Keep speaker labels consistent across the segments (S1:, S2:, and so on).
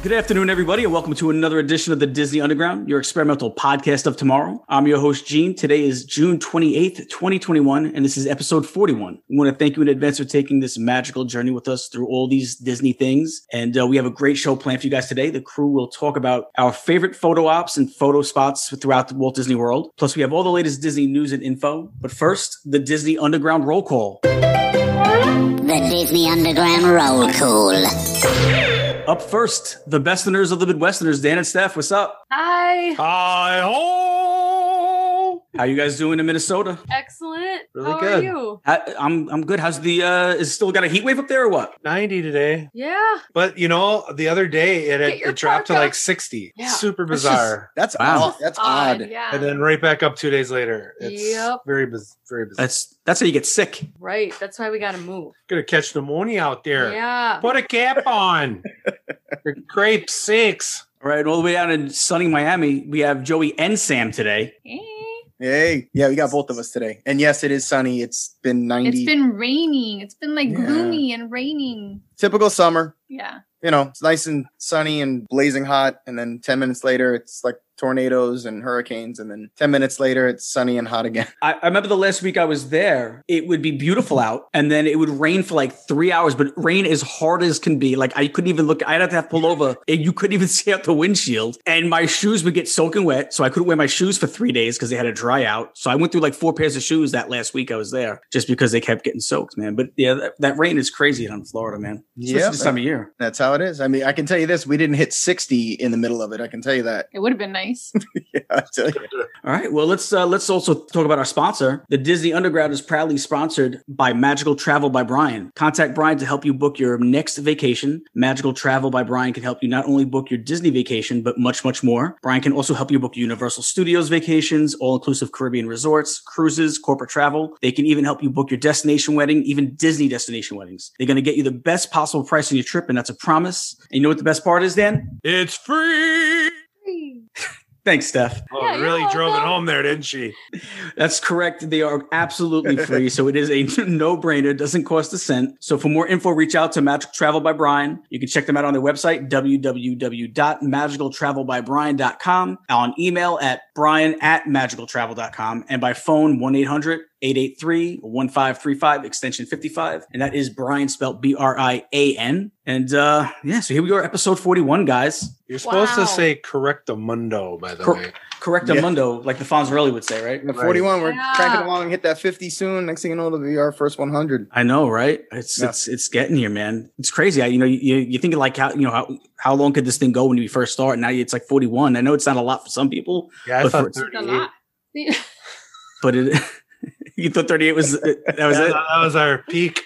S1: Good afternoon, everybody, and welcome to another edition of the Disney Underground, your experimental podcast of tomorrow. I'm your host, Gene. Today is June 28th, 2021, and this is episode 41. We want to thank you in advance for taking this magical journey with us through all these Disney things. And uh, we have a great show planned for you guys today. The crew will talk about our favorite photo ops and photo spots throughout the Walt Disney World. Plus, we have all the latest Disney news and info. But first, the Disney Underground roll call.
S2: The Disney Underground Roll Call.
S1: Up first, the Bestiners of the Midwesterners, Dan and Steph, what's up?
S3: Hi.
S4: Hi ho!
S1: How you guys doing in Minnesota?
S3: Excellent.
S1: Really
S3: How
S1: good.
S3: are you?
S1: I, I'm I'm good. How's the uh is it still got a heat wave up there or what?
S4: 90 today.
S3: Yeah.
S4: But you know, the other day it had,
S3: Get your
S4: it dropped to
S3: parka.
S4: like 60.
S3: Yeah.
S4: Super
S5: That's just-
S4: bizarre.
S5: That's
S1: Wow.
S5: odd.
S6: Um,
S5: That's odd.
S3: Yeah.
S4: and then right back up two days later. It's
S3: Yep.
S4: very biz- very bizarre.
S1: That's that's how you get sick.
S3: right. That's why we got to move.
S4: gonna catch pneumonia out there.
S3: Yeah.
S4: Put a cap on. Your grape six.
S1: All right, all the way down in sunny Miami, we have Joey and Sam today.
S5: Hey, yeah, we got both of us today. And yes, it is sunny. It's been ninety.
S6: It's been raining. It's been like
S5: Yeah.
S6: gloomy and raining.
S5: typical summer.
S6: Yeah.
S5: You know, it's nice and sunny and blazing hot, and then ten minutes later, it's like tornadoes and hurricanes, and then ten minutes later, it's sunny and hot again.
S1: I, I remember the last week I was there, it would be beautiful out, and then it would rain for like three hours, but rain as hard as can be. Like I couldn't even look, I'd have to have pull over, and you couldn't even see out the windshield. And my shoes would get soaking wet, so I couldn't wear my shoes for three days because they had to dry out. So I went through like four pairs of shoes that last week I was there, just because they kept getting soaked, man. But yeah, that, that rain is crazy down in Florida, man. Especially
S5: Yeah,
S1: this
S5: man.
S1: time of year.
S5: That's how it is. I mean, I can tell you this: we didn't hit sixty in the middle of it. I can tell you that.
S6: It would have been nice.
S5: Yeah, I tell you.
S1: All right. Well, let's uh, let's also talk about our sponsor. The Disney Underground is proudly sponsored by Magical Travel by Brian. Contact Brian to help you book your next vacation. Magical Travel by Brian can help you not only book your Disney vacation, but much, much more. Brian can also help you book Universal Studios vacations, all-inclusive Caribbean resorts, cruises, corporate travel. They can even help you book your destination wedding, even Disney destination weddings. They're going to get you the best possible price on your trip, and that's a promise. And you know what the best part is, Dan?
S4: It's free.
S1: Thanks, Steph.
S4: Oh,
S3: Yeah, you're
S4: really drove it
S3: welcome.
S4: home there, didn't she?
S1: That's correct. They are absolutely free. so it is a no brainer. Doesn't cost a cent. So for more info, reach out to Magical Travel by Brian. You can check them out on their website, www.magicaltravelbybrian.com, on email at brian at magicaltravel.com, and by phone, 1 800 883 1535, extension 55. And that is Brian, spelled B R I A N. And uh, yeah, so here we are, episode 41, guys.
S4: You're supposed to
S3: Wow.
S4: say correctamundo, by the
S1: Cor-
S4: way.
S1: Correct
S5: Yeah.
S1: Mundo, like the Fonzarelli would say, right?
S5: At Forty-one, we're
S3: Yeah.
S5: cranking along, hit that fifty soon. Next thing you know, it'll be our first one hundred.
S1: I know, right? It's
S5: Yeah.
S1: it's it's getting here, man. It's crazy. I, you know, you you think like how you know how, how long could this thing go when you first start? Now it's like forty one. I know it's not a lot for some people,
S4: Yeah, I
S1: But
S4: thought
S1: for-
S6: It's a
S4: 38.
S6: lot.
S1: but it you thought thirty eight was uh, that was
S4: Yeah,
S1: it.
S4: that was our peak.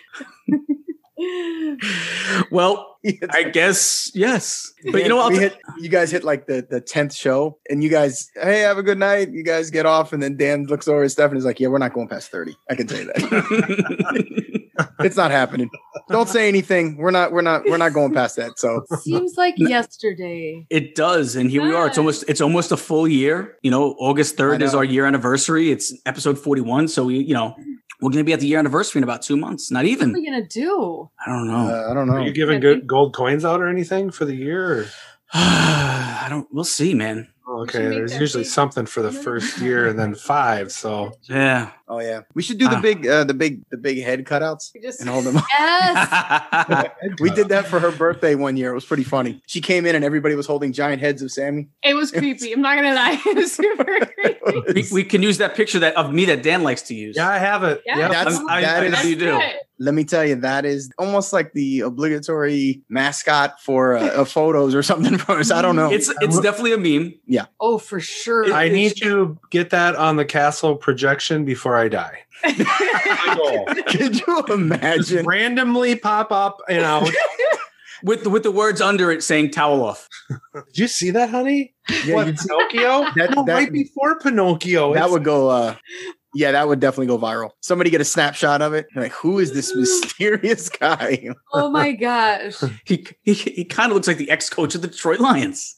S1: Well, I guess yes, but you know what?
S5: we
S1: I'll
S5: hit, you guys hit like the the tenth show, and you guys, hey, have a good night. You guys get off, and then Dan looks over at Steph and is like, "Yeah, we're not going past thirty. I can tell you that
S1: t-
S5: it's not happening. Don't say anything. We're not. We're not. We're not going past that." So
S3: Seems like yesterday.
S1: it does, and here we are. It's almost it's almost a full year. You know, August third
S5: I
S1: is
S5: know.
S1: our year anniversary. It's episode forty one, so we you know we're gonna be at the year anniversary in about two months. Not
S3: What are
S1: even.
S3: we gonna do?
S1: I don't know.
S5: uh, I don't
S4: Are
S5: know.
S3: Oh.
S4: you giving good gold coins out or anything for the year? Or?
S1: I don't. We'll see, man.
S4: Oh,
S6: You should
S4: okay,
S6: make
S4: there's
S6: that
S4: usually
S6: big-
S4: something for the
S6: No, no.
S4: first year and then five. So
S1: Yeah.
S5: Oh yeah, we should do the
S1: Ah.
S5: big, uh, the big, the big head cutouts
S6: We just
S5: and hold them. up.
S3: Yes.
S5: We did that for her birthday one year. It was pretty funny. She came in and everybody was holding giant heads of Sammy.
S6: it was creepy. I'm not gonna lie. It was super creepy.
S1: we, we can use that picture that of me that Dan likes to use.
S4: Yeah, I have it.
S6: Yeah.
S4: Yeah,
S5: That's-
S1: I, I,
S5: that
S1: I
S5: is-
S1: know you do.
S6: That's
S5: Let me tell you, that is almost like the obligatory mascot for uh, uh, photos or something for us. I don't know.
S1: It's it's definitely a meme.
S3: oh, for sure.
S1: It-
S4: I
S1: it's-
S4: need to get that on the castle projection before I die.
S6: it.
S5: Could you
S4: Just
S5: imagine?
S4: randomly pop up and out.
S1: with the, with the words under it saying "towel off."
S4: Did you see that, honey?
S5: Yeah,
S4: what
S5: you'd-
S4: Pinocchio?
S5: That-
S4: no,
S5: that-
S4: right before Pinocchio.
S5: that
S4: It's-
S5: would go. uh Yeah, that would definitely go viral. Somebody get a snapshot of it. Like, who is this mysterious guy?
S3: Oh my gosh.
S1: He he, he kind of looks like the ex-coach of the Detroit Lions.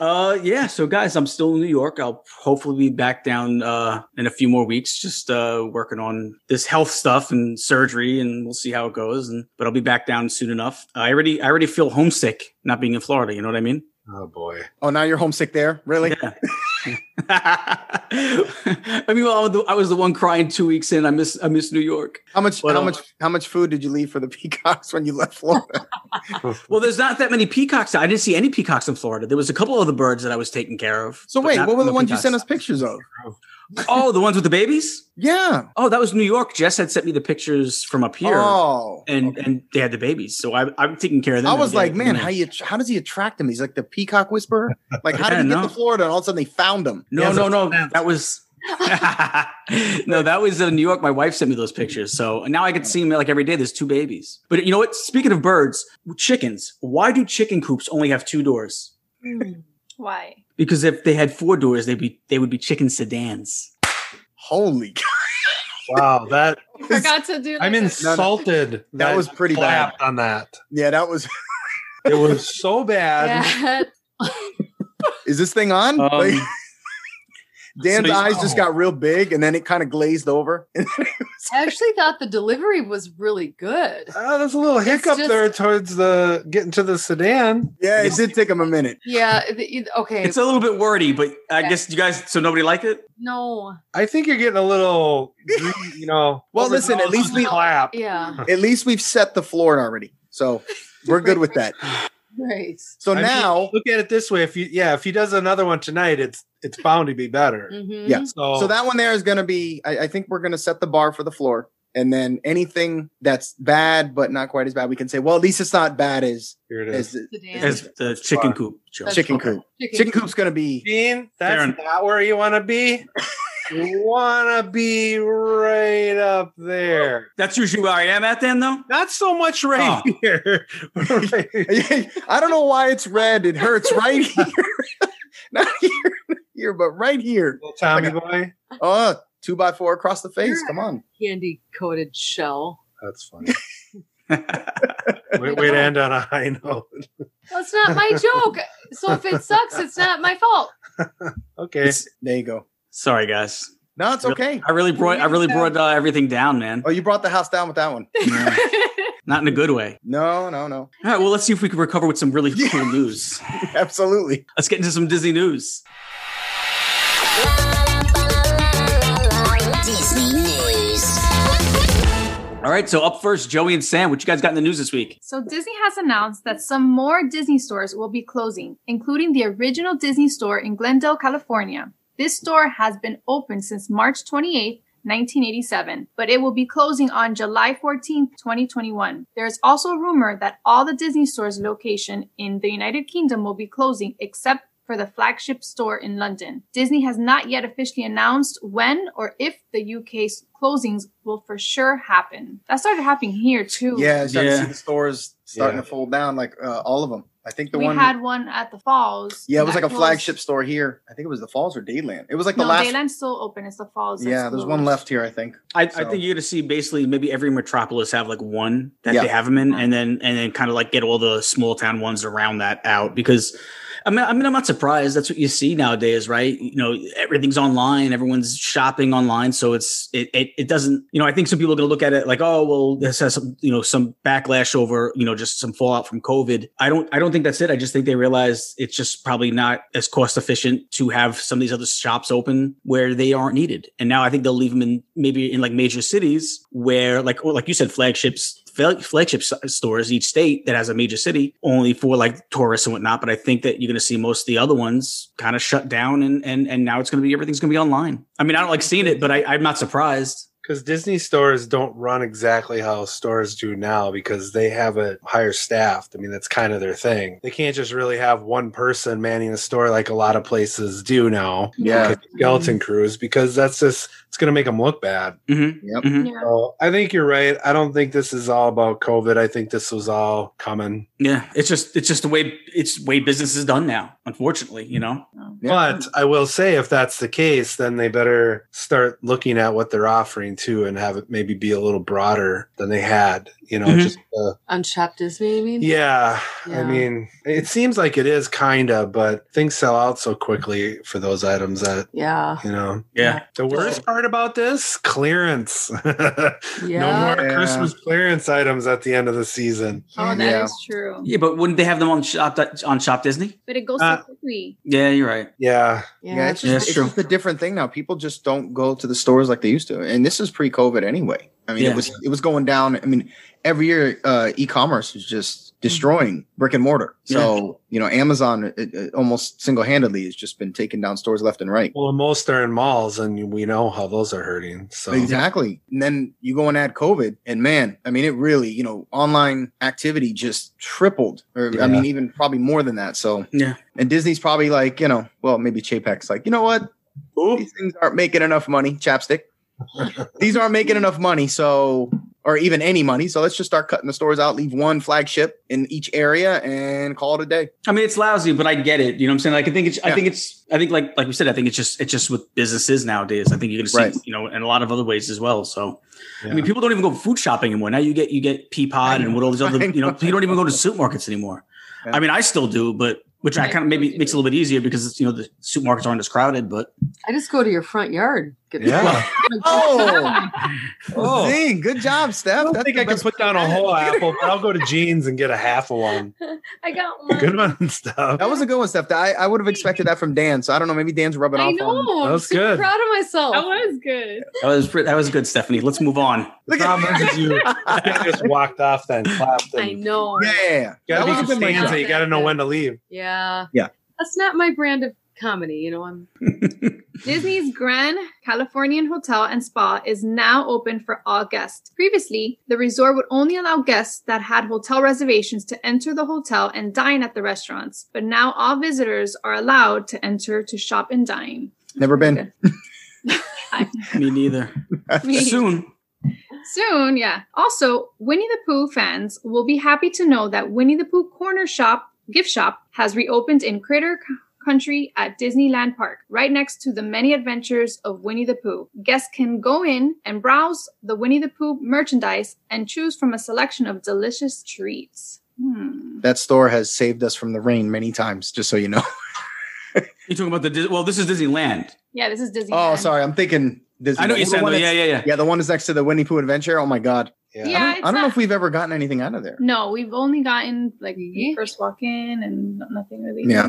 S1: uh yeah, so guys, I'm still in New York. I'll hopefully be back down uh in a few more weeks just uh working on this health stuff and surgery and we'll see how it goes and but I'll be back down soon enough. I already I already feel homesick not being in Florida, you know what I mean?
S4: Oh boy.
S5: Oh, now you're homesick there? Really?
S1: Yeah. I mean, well, I was the- I was the one crying 2 weeks in. I miss I miss New York.
S5: How much?
S1: Well,
S5: how
S1: uh,
S5: much? How much food did you leave for the peacocks when you left Florida?
S1: Well, there's not that many peacocks. I didn't see any peacocks in Florida. There was a couple other birds that I was taking care of.
S5: So
S1: but
S5: wait,
S1: not
S5: what were the
S1: no
S5: ones you
S1: peacocks.
S5: sent us pictures of?
S1: Oh, the ones with the babies?
S5: Yeah.
S1: Oh, that was New York. Jess had sent me the pictures from up here.
S5: Oh.
S1: And
S5: okay.
S1: and they had the babies, so I, I'm taking care of them.
S5: I was
S1: every
S5: like,
S1: day.
S5: man, how you? How does he attract him? He's like the peacock whisperer. Like, how did
S1: Yeah,
S5: he get
S1: no.
S5: to Florida? And all of a sudden, they found him.
S1: No,
S4: Yeah,
S1: no, no.
S4: that's-
S1: That was no, that was in New York. My wife sent me those pictures, so now I could see them like every day. There's two babies. But you know what? Speaking of birds, chickens. Why do chicken coops only have two doors?
S3: Hmm.
S6: Why?
S1: Because if they had four doors, they'd be they would be chicken sedans.
S5: Holy. God.
S4: Wow, that
S6: Forgot to do. Like
S4: I'm
S6: a-
S4: insulted.
S5: That was pretty
S4: clapped on that.
S5: Yeah, that was.
S4: It was so bad.
S3: Yeah.
S5: Is this thing on?
S1: Um,
S5: Like, Dan's
S1: so-
S5: eyes just
S4: oh.
S5: got real big, and then it kind of glazed over.
S3: I actually thought the delivery was really good.
S4: Oh, there's a little hiccup
S3: just-
S4: there towards the getting to the sedan.
S5: yeah, it did take him a minute.
S3: Yeah. the- Okay.
S1: It's a little bit wordy, but I
S3: Okay.
S1: guess you guys. So nobody liked it.
S3: no.
S4: I think you're getting a little, you know.
S5: Well, listen, at least we-
S4: clap.
S3: Yeah.
S5: At least we've set the floor already, so we're good with that.
S3: Right.
S5: So
S4: I mean,
S5: now,
S4: look at it this way: if you, yeah, if he does another one tonight, it's it's bound to be better.
S3: Mhm.
S5: Yeah.
S4: So,
S5: Mm-hmm. So that one there is going to be. I, I think we're going to set the bar for the floor, and then anything that's bad but not quite as bad, we can say, well, at least it's not bad as
S4: here it
S5: as
S4: is.
S5: the
S3: Sedan.
S1: As the chicken coop joke.
S3: That's-
S5: chicken
S3: okay.
S5: coop. Chicken coop's going to be.
S4: Dean, that's
S1: Fair enough.
S4: not where you want to be. You want to be right up there.
S1: That's usually where I am at then, though.
S4: Not so much right
S1: Oh.
S4: here. Right here.
S5: I don't know why it's red. It hurts right here, not here, not here, but right here.
S4: Little Tommy boy.
S5: Oh, two by four across the face. Come on.
S3: candy coated shell.
S4: That's funny. Way, way to end on a high note.
S3: That's not my joke. So if it sucks, it's not my fault.
S4: Okay.
S5: There you go.
S1: Sorry, guys.
S5: No, it's okay.
S1: I really brought I really brought uh, everything down, man.
S5: Oh, you brought the house down with that one.
S1: Not in a good way.
S5: No, no, no.
S1: All right. Well, let's see if we can recover with some really
S5: Yeah.
S1: cool news.
S5: Absolutely.
S1: Let's get into some Disney news.
S2: Disney News.
S1: All right. So up first, Joey and Sam. What you guys got in the news this week?
S6: So Disney has announced that some more Disney stores will be closing, including the original Disney store in Glendale, California. This store has been open since March 28th. 1987, but it will be closing on July 14th, 2021. There is also a rumor that all the Disney stores location in the United Kingdom will be closing except for the flagship store in London. Disney has not yet officially announced when or if the UK's closings will for sure happen. That started happening here too.
S5: Yeah, it's starting to
S1: Yeah.
S5: see the stores starting
S4: Yeah.
S5: to fold down, like uh, all of them. I think the
S6: we
S5: one.
S6: had one at the falls.
S5: yeah, it was
S6: that
S5: like a
S6: closed-
S5: flagship store here. I think it was the Falls or Dayland. It was like the
S6: no,
S5: last.
S6: Dayland's still open. It's the falls.
S5: yeah,
S6: that's
S5: there's
S6: closed.
S5: one left here. I think.
S1: I, I
S5: So-
S1: think you're gonna see basically maybe every metropolis have like one that
S5: Yeah.
S1: they have them in, and then and then kind of like get all the small town ones around that out because I mean I mean I'm not surprised that's what you see nowadays, right? You know everything's online, everyone's shopping online, so it's it it, it doesn't you know I think some people are gonna look at it like oh well this has some you know some backlash over you know just some fallout from COVID. I don't I don't think that's it. I just think they realize it's just probably not as cost efficient to have some of these other shops open where they aren't needed. And now I think they'll leave them in maybe in like major cities where like or like you said flagships flag- flagship s- stores each state that has a major city only for like tourists and whatnot but i think that you're going to see most of the other ones kind of shut down and and and now it's going to be everything's going to be online i mean i don't like seeing it but I, i'm not surprised
S4: Because Disney stores don't run exactly how stores do now because they have a higher staff. I mean, that's kind of their thing. They can't just really have one person manning the store like a lot of places do now.
S5: Yeah.
S4: Skeleton crews, because that's just, it's going to make them look bad.
S1: Mm-hmm.
S6: Yeah.
S4: So Oh, I think you're right. I don't think this is all about COVID. I think this was all coming.
S1: Yeah, it's just it's just the way it's the way business is done now. Unfortunately, you know.
S6: Oh,
S5: Yeah.
S4: But I will say, if that's the case, then they better start looking at what they're offering too, and have it maybe be a little broader than they had. You know,
S1: Mhm.
S4: just uh,
S3: Unchapped Disney, you mean?
S4: yeah. I
S3: Yeah.
S4: mean, it seems like it is kinda, but things sell out so quickly for those items that
S3: Yeah.
S4: you know.
S1: Yeah.
S4: The worst part about this clearance. No
S3: Yeah.
S4: more
S5: Yeah.
S4: Christmas clearance items at the end of the season.
S6: Oh, that is
S5: Yeah.
S6: true.
S1: Yeah, but wouldn't they have them on shop on Shop Disney?
S6: But it goes
S4: Uh,
S6: so quickly.
S1: Yeah, you're right.
S4: Yeah,
S5: Yeah,
S3: Yeah.
S5: it's,
S1: Yeah,
S5: just,
S1: it's
S5: it's
S1: true.
S5: just a different thing now. People just don't go to the stores like they used to, and this is pre-COVID anyway. I mean,
S1: Yeah.
S5: it was it was going down. I mean, every year uh, e-commerce is just destroying brick and mortar. So you know, Amazon it, it almost single-handedly has just been taking down stores left and right.
S4: well, most are in malls, and we know how those are hurting. So
S5: Exactly. And then you go and add COVID, and man, I mean, it really, you know, online activity just tripled, or
S4: Yeah.
S5: I mean, even probably more than that. So,
S1: Yeah.
S5: And Disney's probably like, you know, well, maybe Chapek's like, you know what?
S4: Oop.
S5: These things aren't making enough money, chapstick. These aren't making enough money, so or even any money. So let's just start cutting the stores out, leave one flagship in each area and call it a day.
S1: I mean, it's lousy, but I get it. You know what I'm saying? Like, I think it's, I
S5: Yeah.
S1: think it's, I think like, like we said, I think it's just, it's just what business is nowadays. I think you're going to see,
S5: Right.
S1: you know, in a lot of other ways as well. So, I
S4: Yeah.
S1: mean, people don't even go food shopping anymore. Now you get, you get Peapod and what all these other,
S5: I
S1: you know,
S5: know.
S1: you don't even go to supermarkets anymore.
S5: Yeah.
S1: I mean, I still do, but which I
S6: I
S1: kind of
S6: still
S1: maybe
S6: do.
S1: makes it a little bit easier because it's, you know, the supermarkets aren't as crowded, but
S3: I just go to your front yard. Get
S4: yeah.
S5: Oh,
S4: Oh.
S5: Zing, good job, Steph.
S4: I don't
S5: That's
S4: think
S5: the
S4: I can
S5: best-
S4: put down a whole apple, but I'll go to jeans and get a half of one.
S6: I got one.
S4: Good one, stuff.
S5: That was a good one, Steph. I, I would have expected that from Dan, so I don't know. Maybe Dan's rubbing
S3: I
S5: off
S3: know.
S5: on.
S3: I'm
S4: was
S3: super
S4: good.
S3: proud of myself.
S6: That was good.
S1: that was, pre- that was good, Stephanie. Let's move on.
S4: The
S5: Look at-
S4: problem is you you just walked off then, clapped. And
S3: I know.
S5: Yeah, yeah, yeah.
S4: You gotta
S5: That
S4: be
S5: was a good one.
S4: Costanza. You gotta know when to leave.
S3: Yeah.
S5: Yeah.
S3: That's not my brand of comedy. You know, I'm
S6: Disney's Grand Californian Hotel and Spa is now open for all guests. Previously, the resort would only allow guests that had hotel reservations to enter the hotel and dine at the restaurants, but now all visitors are allowed to enter to shop and dine.
S5: Never been.
S1: Me neither. Soon.
S6: Soon, yeah. Also, Winnie the Pooh fans will be happy to know that Winnie the Pooh Corner Shop gift shop has reopened in Critter C- Country at Disneyland Park, right next to the many adventures of Winnie the Pooh. Guests can go in and browse the Winnie the Pooh merchandise and choose from a selection of delicious treats. Hmm.
S5: That store has saved us from the rain many times. Just so you know.
S1: You're talking about the, Dis- well, this is Disneyland.
S6: Yeah, this is Disney.
S5: Oh, sorry, I'm thinking. Disney.
S1: I know what you're
S5: The
S1: saying.
S5: one
S1: though. Yeah,
S5: that's-
S1: yeah, yeah.
S5: Yeah, the one that's next to the Winnie Pooh Adventure. Oh my God.
S6: Yeah,
S5: I don't,
S6: it's
S5: I don't know
S6: not-
S5: if we've ever gotten anything out of there.
S6: No, we've only gotten like
S3: Yeah.
S6: first walk in and nothing really.
S5: Yeah.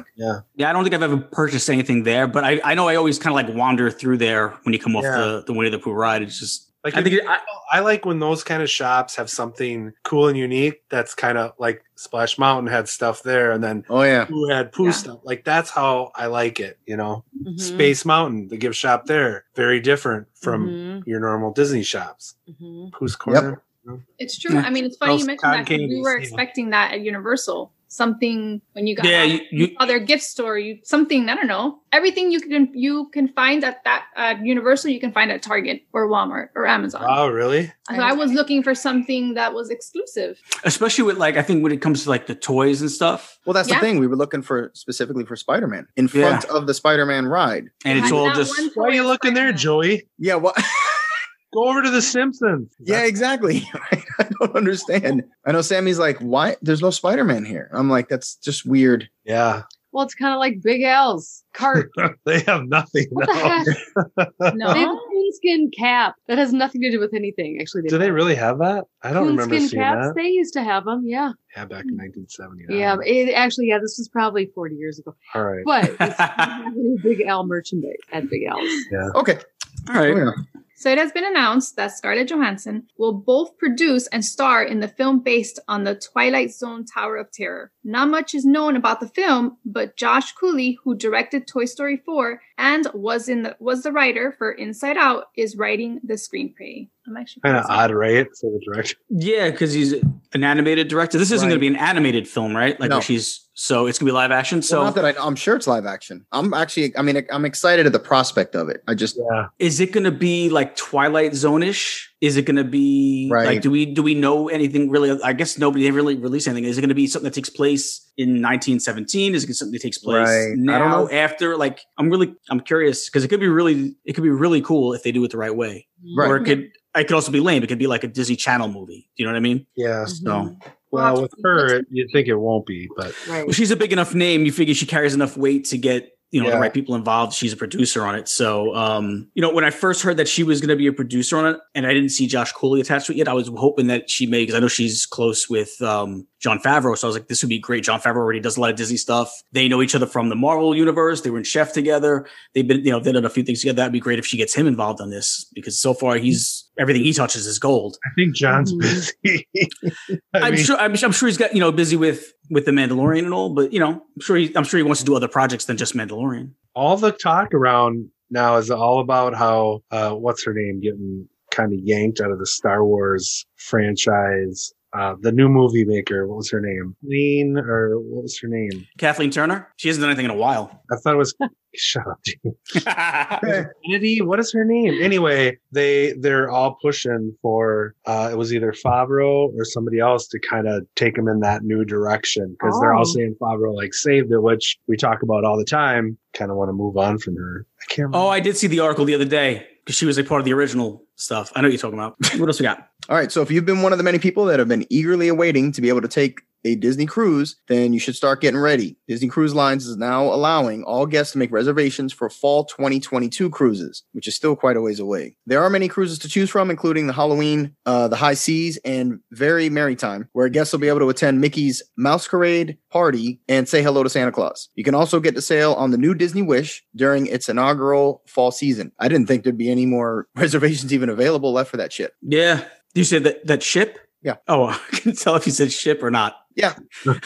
S1: Yeah, I don't think I've ever purchased anything there, but I, I know I always kind of like wander through there when you come off
S4: Yeah.
S1: the, the Winnie the Pooh ride. It's just
S4: Like
S1: I think it, I,
S4: I like when those kind of shops have something cool and unique. That's kind of like Splash Mountain had stuff there, and then
S5: Oh yeah.
S4: Pooh had Pooh
S6: Yeah.
S4: stuff. Like that's how I like it. You know,
S3: Mhm.
S4: Space Mountain, the gift shop there, very different from
S3: Mhm.
S4: your normal Disney shops.
S3: Mhm.
S4: Pooh's Corner.
S6: It's true. I mean, it's funny
S4: Those
S6: you mentioned that 'cause
S4: cotton
S6: we were
S4: candies, yeah.
S6: expecting that at Universal. Something when you got
S1: yeah,
S6: out,
S1: you, you,
S6: saw their gift store, you something I don't know. Everything you can you can find at that at Universal, you can find at Target or Walmart or Amazon.
S4: Oh, really?
S6: so I was looking for something that was exclusive.
S1: especially with like I think when it comes to like the toys and stuff,
S5: Well, that's
S6: Yeah.
S5: the thing. We were looking for specifically for Spider Man in
S1: Yeah.
S5: front of the Spider Man ride.
S1: and it's
S6: Not-
S1: all
S6: not
S1: just
S4: Why
S6: one
S4: are you
S6: toy
S4: looking there,
S6: Spider-Man.
S4: Joey?
S5: Yeah. Well.
S4: Go over to the Simpsons.
S5: yeah. Exactly. Right? I don't understand. I know Sammy's like, why? There's no Spider Man here. I'm like, that's just weird.
S4: yeah.
S3: Well, it's kind of like Big Al's cart.
S4: they have nothing.
S3: What the
S4: now.
S3: heck? They have a
S6: No,
S3: coonskin cap that has nothing to do with anything. Actually,
S4: Do they
S3: don't.
S4: really have that? I don't remember
S3: Coonskin
S4: seeing
S3: caps.
S4: that.
S3: They used to have them. Yeah.
S4: Yeah, back in 1979.
S3: Yeah. It actually. Yeah. This was probably 40 years ago.
S4: All right.
S3: But it's- we have any Big Al merchandise at Big Al's.
S5: Okay.
S1: all right.
S5: Oh, moving on.
S6: So it has been announced that Scarlett Johansson will both produce and star in the film based on the Twilight Zone Tower of Terror. Not much is known about the film, but Josh Cooley, who directed Toy Story 4 and was in the was the writer for Inside Out, is writing the screenplay. I'm actually
S4: Kind of odd, right? For the director.
S1: Yeah, because he's an animated director. This isn't
S5: Right.
S1: going to be an animated film, right? Like
S5: No.
S1: where she's so it's going to be live action.
S5: So
S1: So
S5: not that I, I'm sure it's live action. I'm actually, I mean, I'm excited at the prospect of it. I just
S4: Yeah.
S1: is it going to be like Twilight Zone ish? Is it going to be
S5: Right.
S1: like do we do we know anything really? I guess nobody they really released anything. Is it going to be something that takes place in 1917? Is it something that takes place
S5: Right. I don't
S1: now
S5: know.
S1: after? Like I'm really I'm curious because it could be really it could be really cool if they do it the right way,
S5: Right.
S1: or it could it could also be lame. It could be like a Disney Channel movie. Do you know what I mean?
S4: Yeah.
S1: So
S4: Well, with her, it, you'd think it won't be, but
S1: well,
S3: Right.
S1: she's a big enough name. You figure she carries enough weight to get you know the
S4: Yeah.
S1: right people involved. She's a producer on it. So um, you know, when I first heard that she was going to be a producer on it, and I didn't see Josh Cooley attached to it yet, I was hoping that she may because I know she's close with um, John Favreau. So I was like, this would be great. John Favreau already does a lot of Disney stuff. They know each other from the Marvel universe. They were in Chef together. They've been you know they did a few things together. That'd be great if she gets him involved on this because so far he's everything he touches is gold.
S4: I think John's
S3: Mhm.
S4: busy.
S1: I am sure. Mm-hmm. I'm, I'm sure he's got you know busy with with the Mandalorian and all, but you know, I'm sure he, I'm sure he wants to do other projects than just Mandalorian.
S4: all the talk around now is all about how uh, what's her name getting kind of yanked out of the Star Wars franchise. Uh, the new movie maker, what was her name? Lean or what was her name?
S1: Kathleen Turner, she hasn't done anything in a while.
S4: I thought it was. Shut up, dude. Kennedy, what is her name? Anyway, they they're all pushing for uh, it was either Favreau or somebody else to kind of take them in that new direction because they're
S3: Oh.
S4: all saying Favreau like saved it, which we talk about all the time. Kind of want to move on from her. I can't. Remember.
S1: oh, I did see the article the other day because she was a part of the original stuff. I know what you're talking about. what else we got?
S5: All right. So if you've been one of the many people that have been eagerly awaiting to be able to take a Disney cruise, then you should start getting ready. Disney Cruise Lines is now allowing all guests to make reservations for fall 2022 cruises, which is still quite a ways away. There are many cruises to choose from, including the Halloween, uh, the High Seas, and Very Merry Time, where guests will be able to attend Mickey's Mousecarade party and say hello to Santa Claus. You can also get to sail on the new Disney Wish during its inaugural fall season. I didn't think there'd be any more reservations even available left for that shit.
S1: Yeah, you said that that ship.
S5: Yeah.
S1: Oh, I couldn't tell if you said ship or not.
S5: Yeah.
S1: I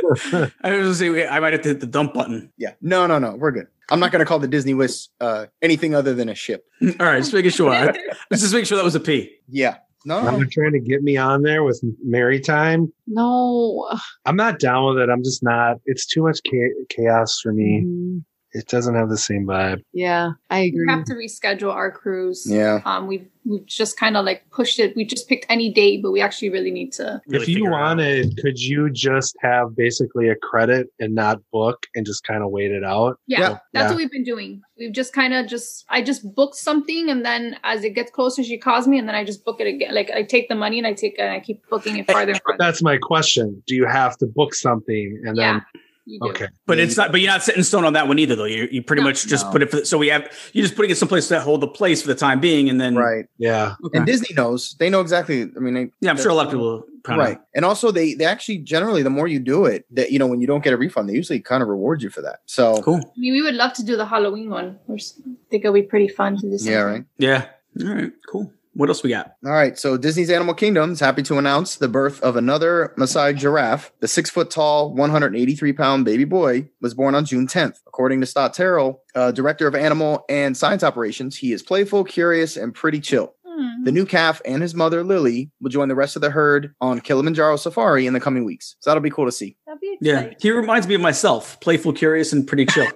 S1: was gonna say I might have to hit the dump button.
S5: Yeah. No, no, no. We're good. I'm not going to call the Disney Wish uh, anything other than a ship.
S1: All right, just making sure. I- just making sure that was a P.
S5: Yeah. No.
S4: Now
S5: no.
S4: they're trying to get me on there with Mary Time.
S3: No.
S4: I'm not down with it. I'm just not. It's too much cha- chaos for me.
S3: Mhm.
S1: Mm-hmm.
S4: It doesn't have the same vibe.
S3: Yeah, I
S6: We
S3: agree.
S6: have to reschedule our cruise.
S5: Yeah.
S6: Um, we've we've just kind of like pushed it. We just picked any date, but we actually really need to.
S1: Really
S4: if you
S1: figure it out.
S4: wanted, could you just have basically a credit and not book and just kind of wait it out?
S6: Yeah,
S5: Yeah.
S6: that's
S4: Yeah.
S6: what we've been doing. We've just kind of just I just booked something, and then as it gets closer, she calls me, and then I just book it again. Like I take the money and I take and I keep booking it farther and farther.
S4: That's my question. Do you have to book something and then?
S6: You do.
S4: Okay.
S1: But it's not. But you're not set in stone on that one either, though. You you pretty
S6: No.
S1: much just
S5: No.
S1: put it. For, so we have you're just putting it someplace that hold the place for the time being, and then
S5: Right.
S4: Yeah.
S1: Okay.
S5: And Disney knows. They know exactly. I mean, they,
S1: yeah, I'm sure a lot of people kind
S5: right. And also, they they actually generally the more you do it, that you know when you don't get a refund, they usually kind of reward you for that. So
S1: of cool.
S6: I mean, we would love to do the Halloween one. We're, s- I think it'll be pretty fun to do. Something.
S5: yeah, right.
S1: Yeah. All right. Cool. What else we got?
S5: All right, so Disney's Animal Kingdom is happy to announce the birth of another Maasai giraffe. The six foot tall, 183 pound baby boy was born on June 10th. According to Stott Terrell, uh, director of animal and science operations, he is playful, curious, and pretty chill.
S6: Hmm.
S5: The new calf and his mother, Lily, will join the rest of the herd on Kilimanjaro Safari in the coming weeks. So that'll be cool to see.
S6: That'd be
S1: Yeah,
S6: exciting.
S1: he reminds me of myself, playful, curious, and pretty chill.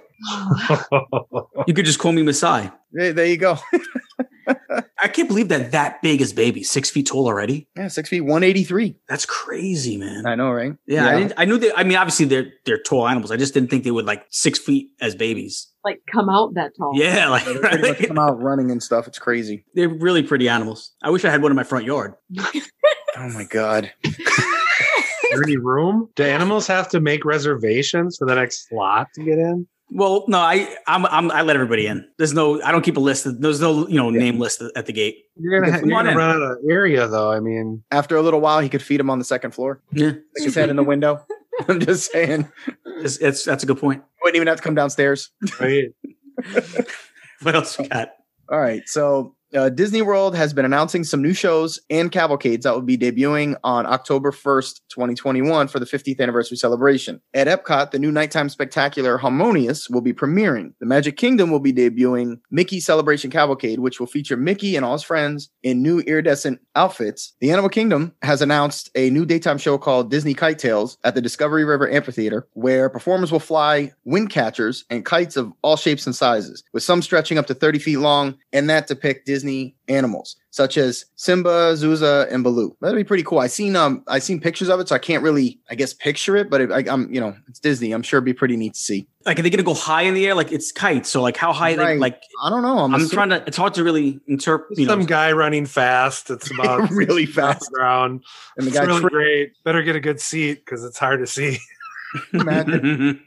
S1: you could just call me Masai.
S5: Hey, there you go.
S1: I can't believe that that big is baby, six feet tall already.
S5: yeah, six feet, 183.
S1: That's crazy, man.
S5: I know, right?
S1: yeah, I,
S5: Yeah.
S1: didn't, I knew they. I mean, obviously they're they're tall animals. I just didn't think they would like six feet as babies.
S3: Like come out that tall.
S1: Yeah, like
S5: They Oh. pretty much come out running and stuff. It's crazy.
S1: they're really pretty animals. I wish I had one in my front yard.
S5: Oh my God.
S4: Dirty room? Do animals have to make reservations for the next slot to get in?
S1: Well, no, I I'm, I'm I let everybody in. There's no I don't keep a list. There's no you know
S5: Yeah.
S1: name list at the gate.
S4: You're gonna,
S1: Yeah,
S4: ha- you're
S1: come on
S4: gonna
S1: in.
S4: run out of area, though. I mean,
S5: After a little while, he could feed him on the second floor.
S1: Yeah,
S5: Like his head in the window. I'm just saying.
S1: it's, it's, that's a good point.
S5: Wouldn't even have to come downstairs.
S4: right?
S1: What else we got?
S5: All All right. So uh, Disney World has been announcing some new shows and cavalcades that will be debuting on October 1st, 2021 for the 50th anniversary celebration. At Epcot, the new nighttime spectacular Harmonious will be premiering. The Magic Kingdom will be debuting Mickey Celebration Cavalcade, which will feature Mickey and all his friends in new iridescent outfits. The Animal Kingdom has announced a new daytime show called Disney Kite Tales at the Discovery River Amphitheater, where performers will fly wind catchers and kites of all shapes and sizes, with some stretching up to 30 feet long, and that depict Disney animals such as Simba, Zuza, and Baloo. That'd be pretty cool. I seen um I seen pictures of it, so I can't really I guess picture it, but it, I, I'm you know it's Disney. I'm sure it'd be pretty neat to see.
S1: Like, are they gonna go high in the air? Like, it's kites. So, like, how high? They,
S5: Right.
S1: like,
S5: I don't know. I'm,
S1: I'm
S5: assuming-
S1: trying to. It's hard to really interpret. You know,
S4: Some guy running fast. It's about
S5: really
S4: half
S5: fast,
S4: the ground.
S5: and the
S4: It's
S5: guy
S4: really
S5: tri-
S4: great. Better get a good seat because it's hard to see.
S1: Mm-hmm.
S5: imagine.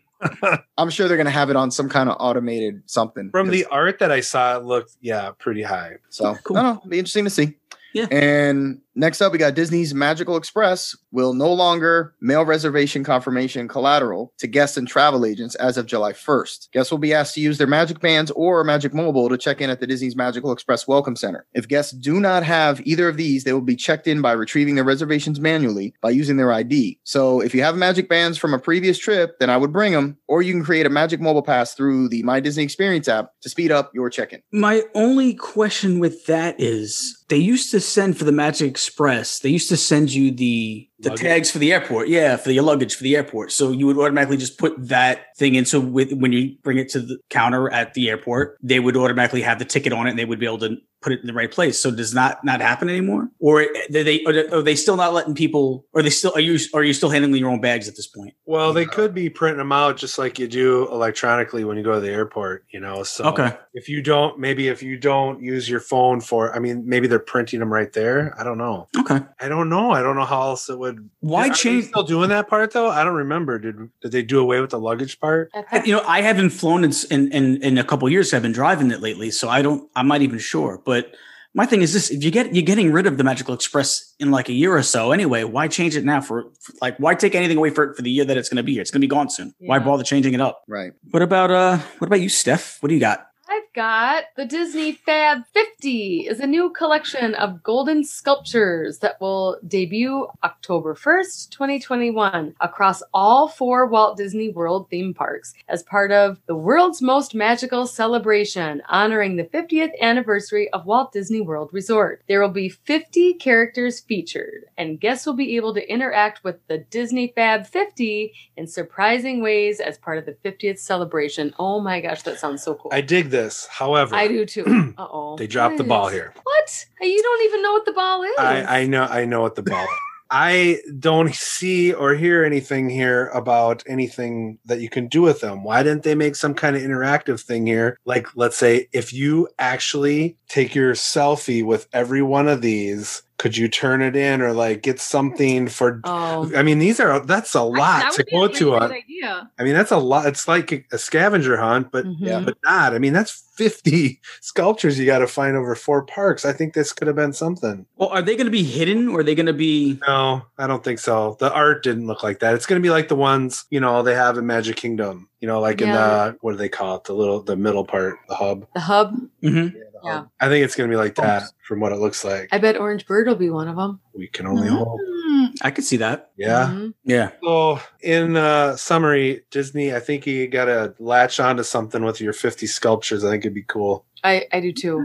S5: I'm sure they're gonna have it on some kind of automated something
S4: From the art that I saw, it looked yeah pretty high.
S5: So
S1: Cool.
S5: I don't know, it'll be interesting to see.
S1: Yeah.
S5: And next up, we got Disney's Magical Express will no longer mail reservation confirmation collateral to guests and travel agents as of July 1st. Guests will be asked to use their Magic Bands or Magic Mobile to check in at the Disney's Magical Express Welcome Center. If guests do not have either of these, they will be checked in by retrieving their reservations manually by using their ID. So if you have Magic Bands from a previous trip, then I would bring them, or you can create a Magic Mobile Pass through the My Disney Experience app to speed up your check in.
S1: My only question with that is they used to send for the Magic Express, they used to send you the the
S4: Luggage.
S1: tags for the airport. Yeah, for your luggage for the airport. So you would automatically just put that thing in. So with, when you bring it to the counter at the airport, they would automatically have the ticket on it and they would be able to put it in the right place. So does not not happen anymore? Or are they are they still not letting people are they still are you are you still handling your own bags at this point?
S4: Well, they could be printing them out just like you do electronically when you go to the airport. You know, so
S1: Okay.
S4: if you don't, maybe if you don't use your phone for, I mean, maybe they're printing them right there. I don't know.
S1: Okay.
S4: I don't know. I don't know how else it would.
S1: Why
S4: Are they
S1: change
S4: Still doing that part though? I don't remember. Did did they do away with the luggage part?
S3: At
S1: I-
S3: that-
S1: you know, I haven't flown in, s- in in in a couple years. I've been driving it lately, so I don't. I'm not even sure. But my thing is this: if you get you're getting rid of the Magical Express in like a year or so, anyway, why change it now? For, for like, why take anything away for for the year that it's going to be here? It's going to be gone soon. Why
S3: Yeah.
S1: bother changing it up?
S5: Right.
S1: What about uh? What about you, Steph? What do you got?
S3: I've got the Disney Fab 50 is a new collection of golden sculptures that will debut October 1st, 2021 across all four Walt Disney World theme parks as part of the world's most magical celebration honoring the 50th anniversary of Walt Disney World Resort. There will be 50 characters featured and guests will be able to interact with the Disney Fab 50 in surprising ways as part of the 50th celebration. Oh my gosh, that sounds so cool.
S4: I dig this. However,
S3: I do too. uh oh.
S4: They dropped the ball here.
S3: What? You don't even know what the ball is.
S4: I, I know I know what the ball. is. I don't see or hear anything here about anything that you can do with them. Why didn't they make some kind of interactive thing here? Like, let's say if you actually take your selfie with every one of these, could you turn it in or like get something for?
S3: oh.
S4: I mean, these are that's a lot
S6: That
S4: to
S6: would be
S4: go
S6: a
S4: to.
S6: good
S4: On.
S6: idea.
S4: I mean, that's a lot. It's like a scavenger hunt, but
S6: Mm-hmm.
S3: Mhm.
S5: yeah.
S4: but not. I mean, that's fifty sculptures you got to find over four parks. I think this could have been something.
S1: Well, are they going to be hidden or are they going to be?
S4: No, I don't think so. The art didn't look like that. It's going to be like the ones you know they have in Magic Kingdom. You know, like in
S3: Yeah.
S4: the what do they call it? The little the middle part, the hub.
S3: The hub.
S1: Mhm.
S4: the
S3: Yeah.
S4: hub. I think it's going to be like that from what it looks like.
S3: I Mm-hmm. bet Orange Bird will be one of them.
S4: We can only hope.
S6: Hmm.
S1: I could see that.
S4: Yeah.
S3: Mm-hmm.
S1: Yeah.
S4: So, in uh, summary, Disney, I think you got to latch onto something with your 50 sculptures. I think it'd be cool.
S3: I, I do too.
S4: All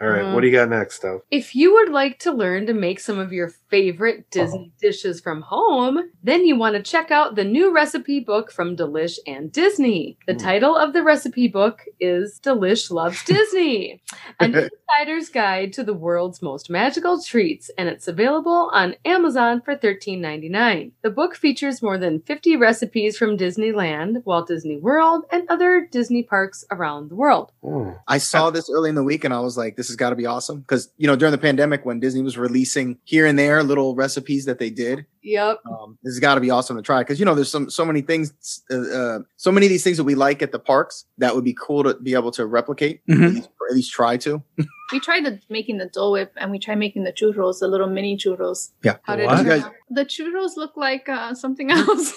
S4: right,
S3: Mhm.
S4: What do you got next, though?
S3: If you would like to learn to make some of your favorite Disney dishes from home, then you want to check out the new recipe book from Delish and Disney. The
S4: Mm.
S3: title of the recipe book is Delish Loves Disney. An Insider's Guide to the World's Most Magical Treats, and it's available on Amazon for $13.99. The book features more than 50 recipes from Disneyland, Walt Disney World, and other Disney parks around the world.
S4: Hmm.
S5: I saw this early in the week and I was like, this has got to be awesome. Cause, you know, during the pandemic when Disney was releasing here and there little recipes that they did,
S3: Yep.
S4: Oh.
S5: Um, this has got to be awesome to try because you know there's some so many things, uh, uh, so many of these things that we like at the parks that would be cool to be able to replicate
S1: Mhm.
S5: at, least, or at least try to.
S6: We tried the making the Dole Whip and we tried making the churros, the little mini churros.
S5: Yeah,
S3: How did
S4: What?
S3: it turn
S5: You guys-
S3: out?
S6: The churros look like uh, something else.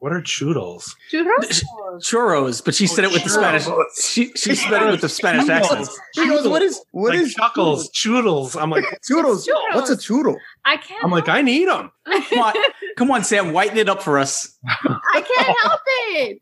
S4: What are choodles?
S6: churros?
S1: Churros, but she said it with the Spanish. She she said it with the Spanish accent.
S5: She goes, "What is what
S4: like
S5: is
S4: chuckles, choodles. I'm like,
S5: Toodles.
S6: Toodles.
S5: What's a toodle?
S6: I can't.
S4: I'm like, I need them.
S1: Come on, come on, Sam, whiten it up for us.
S6: I can't help it.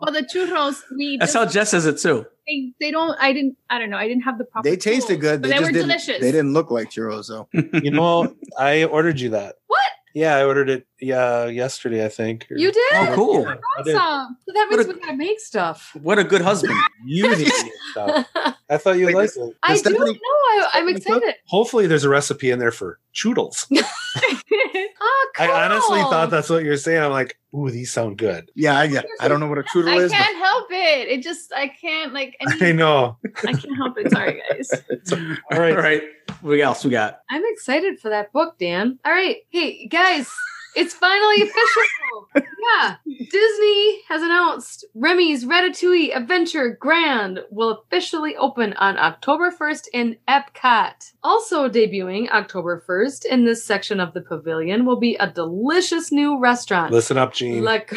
S6: Well, the churros, we
S1: That's
S6: just,
S1: how Jess says it too.
S6: they, they don't. I didn't. I don't know. I didn't have the proper.
S5: They tasted
S6: tools,
S5: good. They,
S6: but they,
S5: just
S6: were
S5: didn't,
S6: delicious.
S5: They didn't look like churros though.
S4: You know, I ordered you that.
S6: What?
S4: Yeah, I ordered it. Yeah, yesterday I think.
S3: You did?
S1: Oh, cool!
S4: I did.
S6: Awesome.
S3: So that
S1: What
S3: means
S1: a-
S3: we gotta make stuff. Ah,
S1: What a good husband.
S4: You did it, though. I thought you
S5: Like
S4: liked it.
S3: I do know.
S5: Stephanie-
S3: I, I'm
S4: Stephanie Cook?
S3: excited.
S4: Hopefully, there's a recipe in there for choodles.
S3: Oh, cool.
S4: I honestly thought that's what you're saying. I'm like, ooh, these sound good.
S5: Yeah, I, yeah. I don't know what a toodle
S6: I
S5: is. but-
S6: can't help it. It just I can't like. I,
S4: I
S6: mean,
S4: know.
S6: I can't help it. Sorry, guys.
S4: All right.
S1: All right, what else we got?
S3: I'm excited for that book, Dan. All right. Hey, guys, it's finally official. yeah. Disney has announced Remy's Ratatouille Adventure Grand will officially open on October 1st in Epcot. Also debuting October 1st in this section of the pavilion will be a delicious new restaurant.
S4: Listen up, Gene.
S3: La, Cre-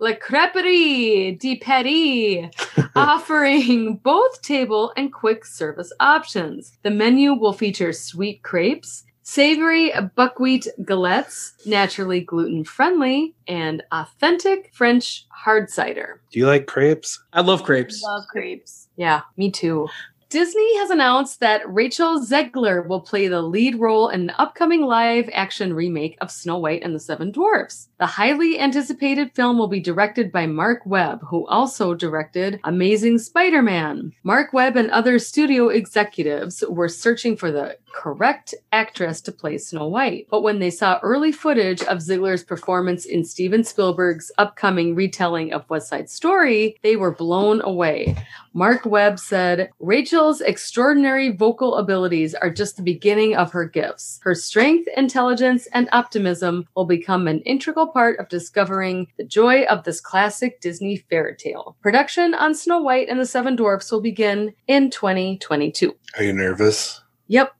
S3: La Creperie de Paris, offering both table and quick service options. The menu will feature sweet crepes, savory buckwheat galettes, naturally gluten friendly, and authentic French hard cider.
S4: Do you like crepes?
S1: I love crepes.
S6: Love crepes.
S3: Yeah, me too. Disney has announced that Rachel Zegler will play the lead role in an upcoming live action remake of Snow White and the Seven Dwarfs. The highly anticipated film will be directed by Mark Webb, who also directed Amazing Spider Man. Mark Webb and other studio executives were searching for the correct actress to play Snow White, but when they saw early footage of Ziegler's performance in Steven Spielberg's upcoming retelling of West Side Story, they were blown away. Mark Webb said, Rachel's extraordinary vocal abilities are just the beginning of her gifts. Her strength, intelligence, and optimism will become an integral part of discovering the joy of this classic Disney fairy tale. Production on Snow White and the Seven Dwarfs will begin in 2022.
S4: Are you nervous?
S3: Yep,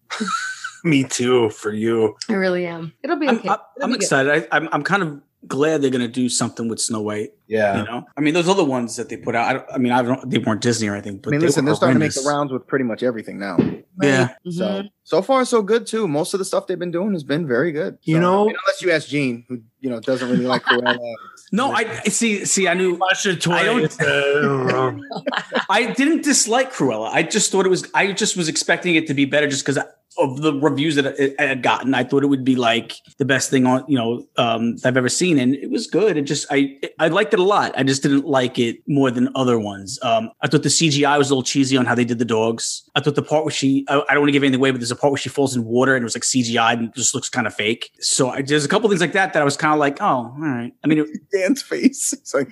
S4: Me too, for you.
S3: I really am. It'll be
S1: I'm,
S3: okay.
S1: I'm,
S3: It'll
S1: I'm
S3: be good.
S1: excited. I, I'm I'm kind of glad they're gonna do something with Snow White.
S4: Yeah.
S1: You know, I mean, those other ones that they put out. I, don't, I mean, I don't. They weren't Disney or anything. But
S5: I mean,
S1: they
S5: listen,
S1: were
S5: they're starting to make the
S1: horrendous.
S5: rounds with pretty much everything now.
S1: Yeah,
S5: So so far so good too. Most of the stuff they've been doing has been very good.
S4: You
S5: So,
S4: know-
S5: I mean, unless you ask Gene, who you know doesn't really like Cruella.
S1: no, I see. See, I knew
S4: Watch it
S1: I don't-
S4: twice. Uh,
S1: I didn't dislike Cruella. I just thought it was. I just was expecting it to be better, just because of the reviews that it I had gotten. I thought it would be like the best thing on you know um, that I've ever seen, and it was good. It just I I liked it a lot. I just didn't like it more than other ones. Um, I thought the CGI was a little cheesy on how they did the dogs. I thought the part where she I, I don't want to give anything away, but there's a part where she falls in water and it was like CGI and it just looks kind of fake. So I, there's a couple things like that that I was kind of like, oh, all right. I mean, it,
S5: Dan's face. It's like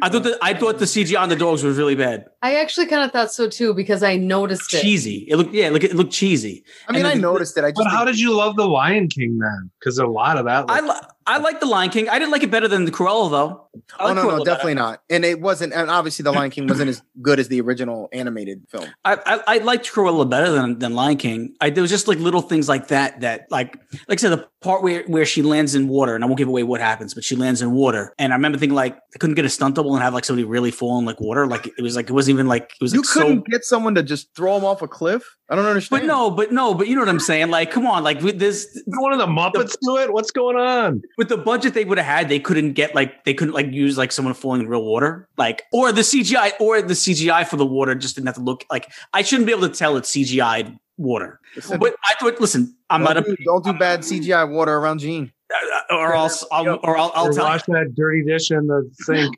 S1: I thought the, I thought the CGI on the dogs was really bad,
S3: I actually kind of thought so too because I noticed it.
S1: cheesy. It looked yeah, look it looked cheesy.
S5: I mean,
S1: And
S5: I
S1: then-
S5: noticed it. I just
S4: but how
S5: think-
S4: did you love The Lion King then? Because a lot of that.
S1: I
S4: Like,
S1: li- I like the Lion King. I didn't like it better than the Cruella though. I
S5: Oh
S1: like
S5: no,
S1: Cruella
S5: no,
S1: better.
S5: definitely not. And it wasn't. And obviously, The Lion King wasn't as good as the original animated film.
S1: I, I I liked Cruella better than than Lion King. I, there was just like little things like that that like like I said the part where where she lands in water and I won't give away what happens, but she lands in water and I remember thinking like I couldn't get a stunt double and have like somebody really fall in like water. Like it was like it wasn't even like it was
S5: You
S1: like,
S5: couldn't
S1: so.
S5: get someone to just throw him off a cliff. I don't
S1: But
S5: understand.
S1: no, but no, but you know what I'm saying. Like, come on, like with this,
S4: Did one of the Muppets do it? What's going on?
S1: with the budget they would have had, they couldn't get like they couldn't like use like someone falling in real water, like or the CGI or the CGI for the water just didn't have to look like I shouldn't be able to tell it's CGI water.
S5: Listen,
S1: But I thought, listen, I'm
S5: don't,
S1: not a uh,
S5: do, don't do bad CGI water around Gene.
S1: or else I'll or I'll, I'll
S4: Or
S1: tell. You.
S4: wash that dirty dish in the sink.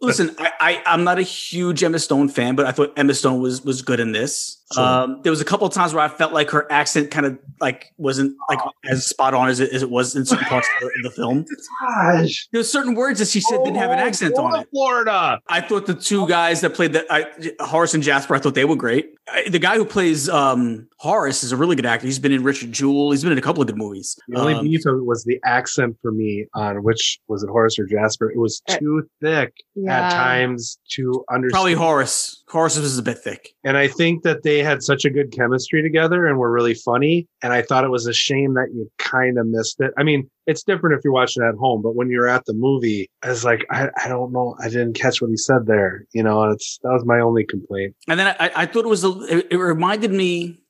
S1: Listen, I, I I'm not a huge Emma Stone fan, but I thought Emma Stone was was good in this.
S4: Sure.
S1: Um, there was a couple of times where I felt like her accent kind of like wasn't like as spot on as it, as it was in certain parts of the, the film.
S4: Gosh.
S1: There's certain words that she said didn't have an
S4: Oh,
S1: accent on it.
S4: Florida.
S1: I thought the two guys that played the I, Horace and Jasper, I thought they were great. I, the guy who plays um, Horace is a really good actor. He's been in Richard Jewell. He's been in a couple of good movies.
S4: The only
S1: Um,
S4: beef of it was the accent for me on which was it Horace or Jasper. It was too thick at times to understand.
S1: probably Horace. Horace was a bit thick.
S4: And I think that they had such a good chemistry together and were really funny. And I thought it was a shame that you kind of missed it. I mean, it's different if you're watching at home, but when you're at the movie, I was like, I, I don't know. I didn't catch what he said there. You know, and it's, that was my only complaint.
S1: And then I, I thought it was a, it, it reminded me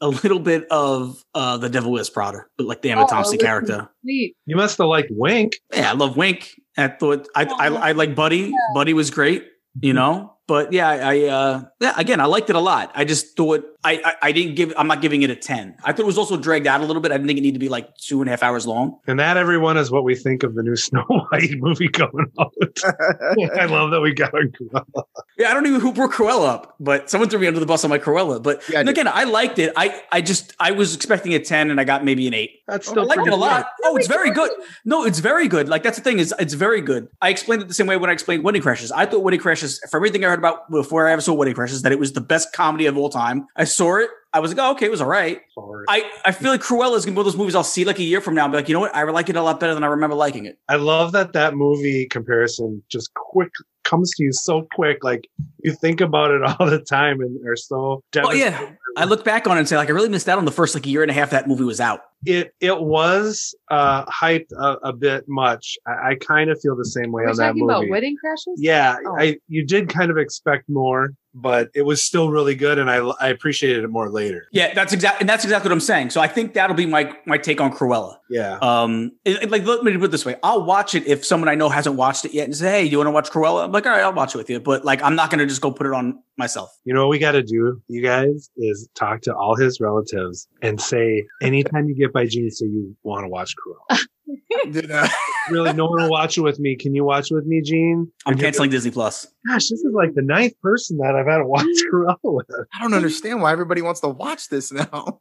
S1: a little bit of uh, the Devil Wears Prada, but like the Emma
S3: Oh,
S1: Thompson
S3: listen.
S1: character.
S3: Sweet.
S4: You must have liked Wink.
S1: Yeah, I love Wink. I thought I I, I like Buddy. Buddy was great, you know. But yeah, I, I uh, yeah again I liked it a lot. I just thought I, I I didn't give I'm not giving it a ten. I thought it was also dragged out a little bit. I didn't think it needed to be like two and a half hours long.
S4: And that, everyone, is what we think of the new Snow White movie coming out. I love that we got our
S1: Yeah, I don't even know who brought Cruella up, but someone threw me under the bus on my Cruella. But
S5: Yeah, I
S1: and
S5: did.
S1: again, I liked it. I I just I was expecting a ten and I got maybe an eight.
S4: That's
S1: I
S4: still
S1: liked it a
S4: pretty
S1: lot. Oh, it's very good. No, it's very good. Like that's the thing is, it's very good. I explained it the same way when I explained Wedding Crashes. I thought Wedding Crashes, from everything I heard about before I ever saw Wedding Crashes, that it was the best comedy of all time. I saw it. I was like, oh, okay, it was all right.
S4: good.
S1: I, I feel like Cruella is gonna be one of those movies I'll see like a year from now and be like, you know what? I like it a lot better than I remember liking it.
S4: I love that that movie comparison just quick comes to you so quick. Like you think about it all the time and are so
S1: Oh
S4: devastated.
S1: yeah. I look back on it and say, like, I really missed out on the first like year and a half that movie was out.
S4: It it was uh, hyped a, a bit much. I, I kind of feel the same way
S3: Are we
S4: on that
S3: talking about
S4: movie.
S3: wedding crashes?
S4: yeah,
S3: Oh.
S4: I you did kind of expect more, but it was still really good, and I I appreciated it more later.
S1: Yeah, that's exactly and that's exactly what I'm saying. So I think that'll be my my take on Cruella.
S4: Yeah,
S1: Um, it, it- like let me put it this way: I'll watch it if someone I know hasn't watched it yet and say, "Hey, you want to watch Cruella?" I'm like, "All right, I'll watch it with you," but like, I'm not gonna just go put it on myself.
S4: You know what we got to do, you guys, is talk to all his relatives and say, anytime you get by Gene, say you want to watch Cruella.
S5: Did, uh,
S4: really, no one will watch it with me. Can you watch with me, Gene?
S1: I'm
S4: And you're
S1: canceling Disney Plus.
S4: like, Gosh, this is like the ninth person that I've had to watch Cruella with.
S5: I don't understand why everybody wants to watch this now.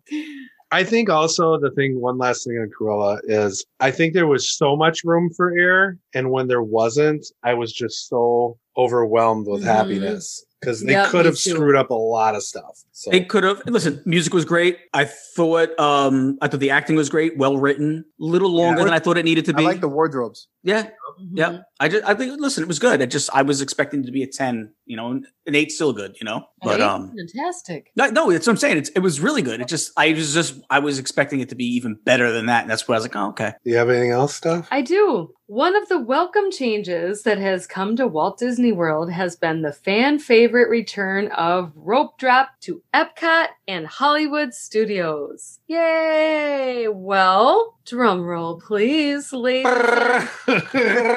S4: I think also the thing, one last thing on Cruella is I think there was so much room for error. And when there wasn't, I was just so overwhelmed with
S3: Mhm.
S4: happiness because they
S3: Yeah,
S4: could
S3: me
S4: have
S3: too.
S4: screwed up a lot of stuff. So
S1: It could have. Listen, music was great. I thought, um, I thought the acting was great, well written, a little longer
S5: Yeah.
S1: than I thought it needed to
S5: I
S1: be.
S5: like the wardrobes.
S1: yeah, yeah. I just, I think, listen, it was good. I just, I was expecting it to be a ten. You know, and an eight's still good. You know,
S3: But
S1: but um.
S3: Mm-hmm. fantastic.
S1: No, no, that's what I'm saying. It's, it was really good. It just, I was just, I was expecting it to be even better than that. And that's where I was like, oh, okay.
S4: do you have anything else, stuff?
S3: I do. One of the welcome changes that has come to Walt Disney World has been the fan favorite return of Rope Drop to Epcot and Hollywood Studios. Yay! Well, drum roll, please, ladies. Hmm.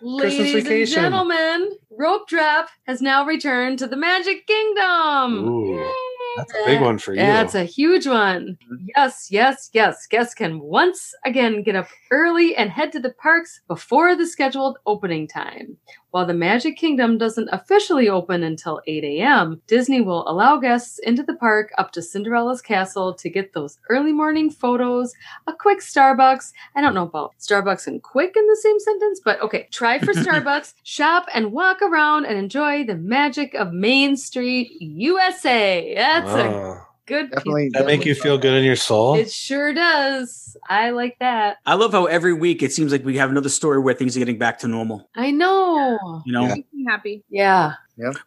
S3: Ladies and
S4: vacation.
S3: gentlemen, Rope Drop has now returned to the Magic Kingdom.
S4: Ooh,
S3: Yay.
S4: That's a big one for you. Mm-hmm.
S3: That's a huge one. Yes, yes, yes. Guests can once again get up early and head to the parks before the scheduled opening time. While the Magic Kingdom doesn't officially open until 8 a.m., Disney will allow guests into the park up to Cinderella's Castle to get those early morning photos, a quick Starbucks. I don't know about Starbucks and quick in the same sentence, but okay. Try for Starbucks, shop, and walk around and enjoy the magic of Main Street, USA. That's a
S4: Wow.
S3: good
S5: Definitely.
S4: that make you feel good in your soul.
S3: people. It sure does. I like that.
S1: I love how every week it seems like we have another story where things are getting back to normal.
S3: I know.
S1: You know.
S4: Yeah.
S6: Makes me happy.
S3: Yeah.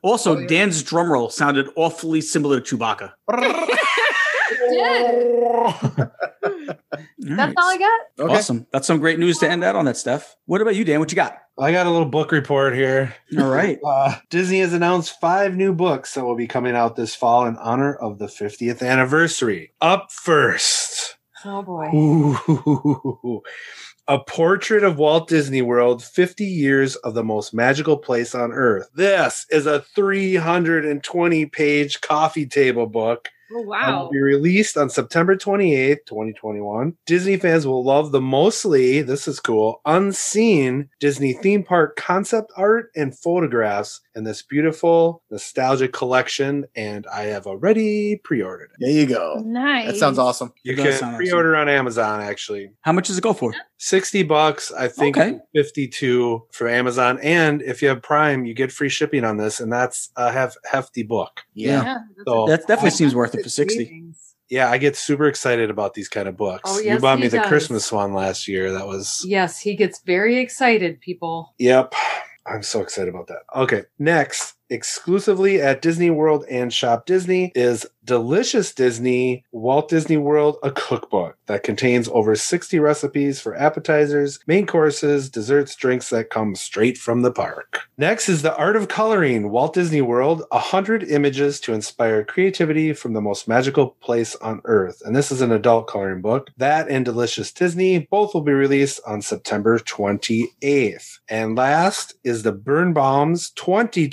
S1: Also,
S5: Oh, yeah.
S1: Dan's drum roll sounded awfully similar to Chewbacca.
S3: Did. That's all I got.
S5: Okay.
S1: Awesome. That's some great news to end out on. That stuff. What about you, Dan? What you got?
S4: I got a little book report here.
S1: All right.
S4: Uh, Disney has announced five new books that will be coming out this fall in honor of the 50th anniversary. Up first,
S3: Oh boy.
S4: Ooh. A portrait of Walt Disney World 50 years of the most magical place on earth. This is a 320 page coffee table book
S6: Oh,
S4: and
S6: wow.
S4: will be released on September 28th, 2021. Disney fans will love the mostly, this is cool, unseen Disney theme park concept art and photographs in this beautiful nostalgic collection. And I have already pre ordered it.
S5: There you go.
S6: Nice.
S5: That sounds awesome.
S4: You
S1: That does
S4: can
S1: sound
S4: pre order on Amazon, actually.
S1: How much does it go for?
S4: 60 bucks, I think
S1: Okay.
S4: 52 for Amazon. And if you have Prime, you get free shipping on this. And that's a hef- hefty book.
S5: Yeah.
S6: that's
S4: So-
S6: a-
S1: That definitely seems worth it for 60.
S6: Savings.
S4: Yeah, I get super excited about these kind of books.
S3: Oh,
S4: you
S3: yes,
S4: bought
S3: he
S4: me the
S3: does.
S4: Christmas one last year. That was
S3: Yes, he gets very excited, people.
S4: Yep. I'm so excited about that. Okay. Next, exclusively at Disney World and Shop Disney is Delicious Disney Walt Disney World, a cookbook that contains over 60 recipes for appetizers, main courses, desserts, drinks that come straight from the park. Next is The Art of Coloring, Walt Disney World, 100 images to inspire creativity from the most magical place on earth. And this is an adult coloring book. That and Delicious Disney both will be released on September 28th. And last is the Birnbaum's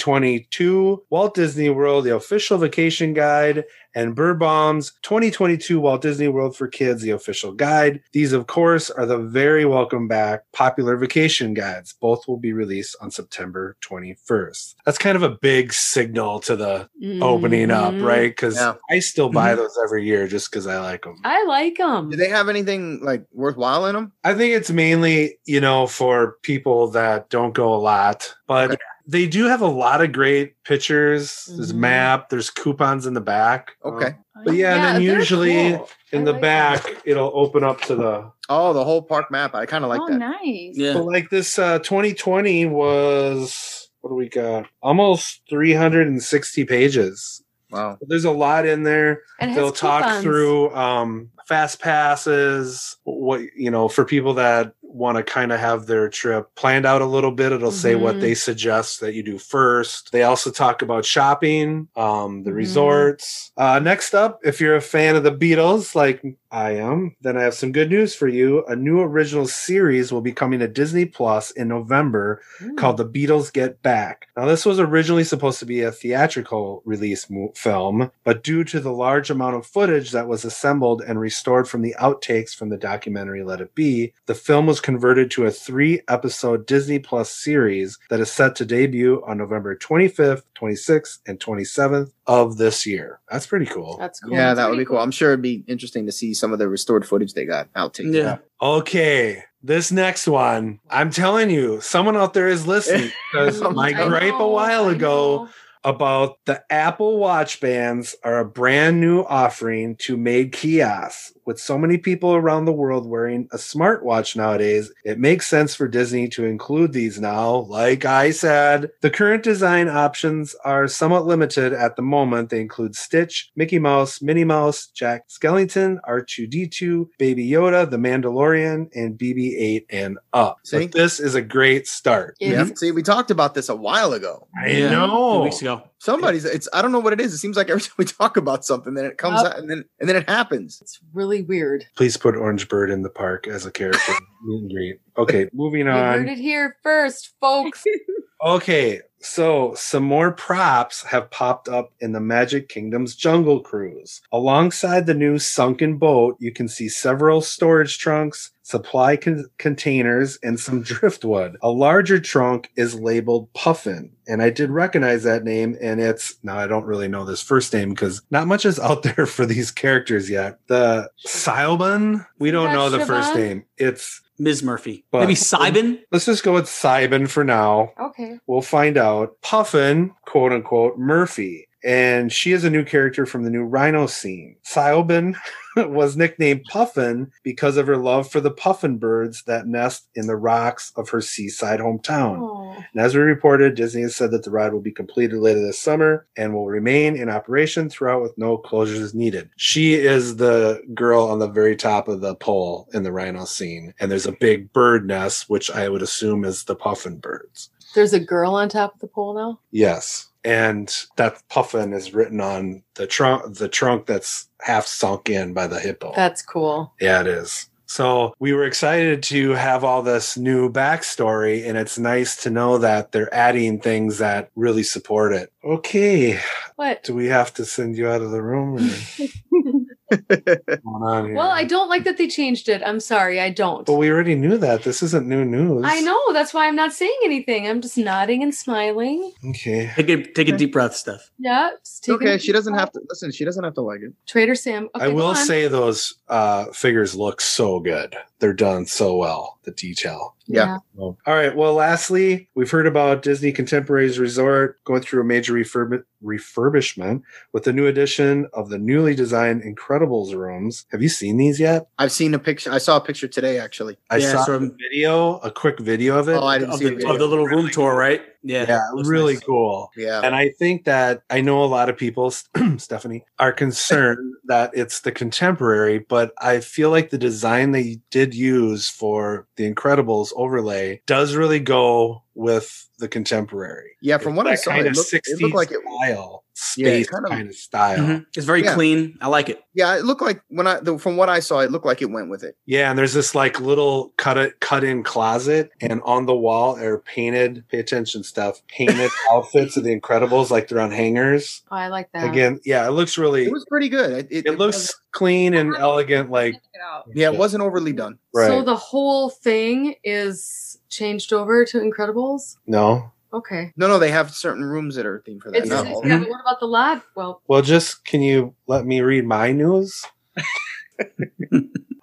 S4: 2022 Walt Disney World, the official vacation guide, and Birnbaum's 2022 Walt Disney World for Kids, the official guide. These, of course, are the very welcome back popular vacation guides. Both will be released on September 21st. That's kind of a big signal to the opening up,
S3: Mhm.
S4: right? Because
S5: Yeah.
S4: I still buy those every year just because I like them.
S3: I like him.
S5: Do they have anything like worthwhile in them?
S4: I think it's mainly, you know, for people that don't go a lot, but
S5: Okay.
S4: they do have a lot of great pictures. There's
S3: Mhm.
S4: map, there's coupons in the back.
S5: Okay.
S4: Um,
S6: Oh,
S4: but yeah, and then
S3: they're
S4: usually
S3: cool.
S4: in
S3: I
S4: the
S3: like
S4: back,
S3: them.
S4: it'll open up to the.
S5: Oh, the whole park map. I kind of like
S6: oh,
S5: that.
S6: nice.
S1: Yeah.
S4: But like this uh, 2020 was, what do we got? Almost 360 pages.
S5: Wow.
S4: There's a lot in there.
S3: And it has
S4: they'll talk
S3: coupons.
S4: through um, fast passes what you know for people that want to kind of have their trip planned out a little bit it'll say what
S3: Mhm.
S4: they suggest that you do first they also talk about shopping um, the
S3: Mhm.
S4: resorts uh, next up if you're a fan of the beatles like i am then i have some good news for you a new original series will be coming to disney plus in november
S3: Mm.
S4: called The Beatles Get Back. Now, this was originally supposed to be a theatrical release mo- film, but due to the large amount of footage that was assembled and restored from the outtakes from the documentary Let It Be, the film was converted to a three episode Disney Plus series that is set to debut on November 25th, 26th, and 27th of this year. That's pretty cool.
S3: That's cool.
S5: Yeah, that would be cool. I'm sure it'd be interesting to see some of the restored footage they got outtakes.
S1: Yeah.
S4: Okay, this next one, I'm telling you, someone out there is listening because my
S3: I
S4: gripe a
S3: know,
S4: while
S3: Oh I
S4: ago.
S3: know.
S4: about the Apple Watch bands are a brand new offering to made kiosks. With so many people around the world wearing a smartwatch nowadays, it makes sense for Disney to include these now. Like I said, the current design options are somewhat limited at the moment. They include Stitch, Mickey Mouse, Minnie Mouse, Jack Skellington, R2D2, Baby Yoda, The Mandalorian, and BB8 and up.
S5: See?
S4: But this is a great start.
S3: It
S5: Yeah.
S3: is-
S5: See, we talked about this a while ago.
S4: I
S1: Yeah.
S4: know.
S1: Two weeks ago.
S5: Somebody's it's I don't know what it is. It seems like every time we talk about something, then it comes
S3: Yep.
S5: out and then and then it happens.
S3: It's really weird.
S4: Please put Orange Bird in the park as a character. Meet and greet. Okay, moving
S3: You heard
S4: on.
S3: it here first, folks.
S4: Okay, so some more props have popped up in the Magic Kingdom's Jungle Cruise. Alongside the new sunken boat, you can see several storage trunks, supply con- containers, and some driftwood. A larger trunk is labeled Puffin, and I did recognize that name, and it's now I don't really know this first name because not much is out there for these characters yet. The Silban, we don't
S3: Yeah,
S4: know the first
S3: Siobhan.
S4: name. It's
S1: Ms. Murphy.
S4: But-
S1: Maybe Sybin?
S4: let's just go with Sibin for now.
S3: okay.
S4: We'll find out. Puffin, quote unquote, Murphy. And she is a new character from the new Rhino scene. Siobhan was nicknamed Puffin because of her love for the puffin birds that nest in the rocks of her seaside hometown.
S3: Oh.
S4: And as we reported, Disney has said that the ride will be completed later this summer and will remain in operation throughout with no closures needed. She is the girl on the very top of the pole in the rhino scene. And there's a big bird nest, which I would assume is the puffin birds.
S3: There's a girl on top of the pole now.
S4: Yes. And that puffin is written on the trunk, the trunk that's half sunk in by the hippo.
S3: That's cool.
S4: yeah, it is. So we were excited to have all this new backstory, and it's nice to know that they're adding things that really support it. Okay,
S3: What?
S4: do we have to send you out of the room? Or what's going on here?
S3: Well, I don't like that they changed it. I'm sorry, I don't.
S4: But we already knew that. This isn't new news.
S3: I know. That's why I'm not saying anything. I'm just nodding and smiling.
S4: Okay.
S1: Take a take a deep breath, Steph.
S3: Yeah. just taking
S5: Okay,
S3: a-
S5: she doesn't have to listen. She doesn't have to like it.
S3: Trader Sam. Okay,
S4: I
S3: go
S4: will
S3: on.
S4: say those uh, figures look so good. They're done so well, the detail.
S5: Yeah.
S4: All right. Well, lastly, we've heard about Disney Contemporaries Resort going through a major refurb- refurbishment with the new addition of the newly designed Incredibles rooms. Have you seen these yet?
S5: I've seen a picture. I saw a picture today, actually.
S4: I
S1: Yeah,
S4: saw
S1: sort
S4: a
S1: of-
S4: video, a quick video of it.
S5: Oh, I didn't
S1: Of
S5: see
S1: the,
S5: the video.
S1: of the little room tour, right? Yeah.
S4: yeah, really
S1: nice.
S4: cool.
S5: Yeah.
S4: And I think that I know a lot of people, Stephanie, are concerned that it's the contemporary, but I feel like the design they did use for the Incredibles overlay does really go with the contemporary.
S5: yeah, from what I
S4: It's
S5: saw,
S4: that kind
S5: it
S4: of
S5: looked,
S4: 60s
S5: it looked like it.
S4: style,
S5: Yeah, it
S4: space
S5: kind
S4: kind
S5: of-
S4: of, style.
S1: Mhm. It's very
S5: Yeah.
S1: clean. I like it.
S5: Yeah, it looked like when I the, from what I saw, it looked like it went with it.
S4: Yeah, and there's this like little cut it cut in closet, and on the wall are painted. Pay attention, stuff painted outfits of the Incredibles, like they're on hangers.
S3: Oh, I like that.
S4: Again, yeah, it looks really.
S5: It was pretty good. It, it-
S4: it
S5: it
S4: looks
S5: wasn't-
S4: clean and elegant like
S6: Check it out.
S5: yeah, it wasn't overly done.
S4: right
S3: So the whole thing is changed over to Incredibles.
S4: no
S3: Okay.
S5: No, no, they have certain rooms that are themed for that. Mm-hmm.
S3: It's,
S5: not
S3: it's-
S5: all.
S3: yeah, but what about the lab? Well,
S4: well just can you let me read my news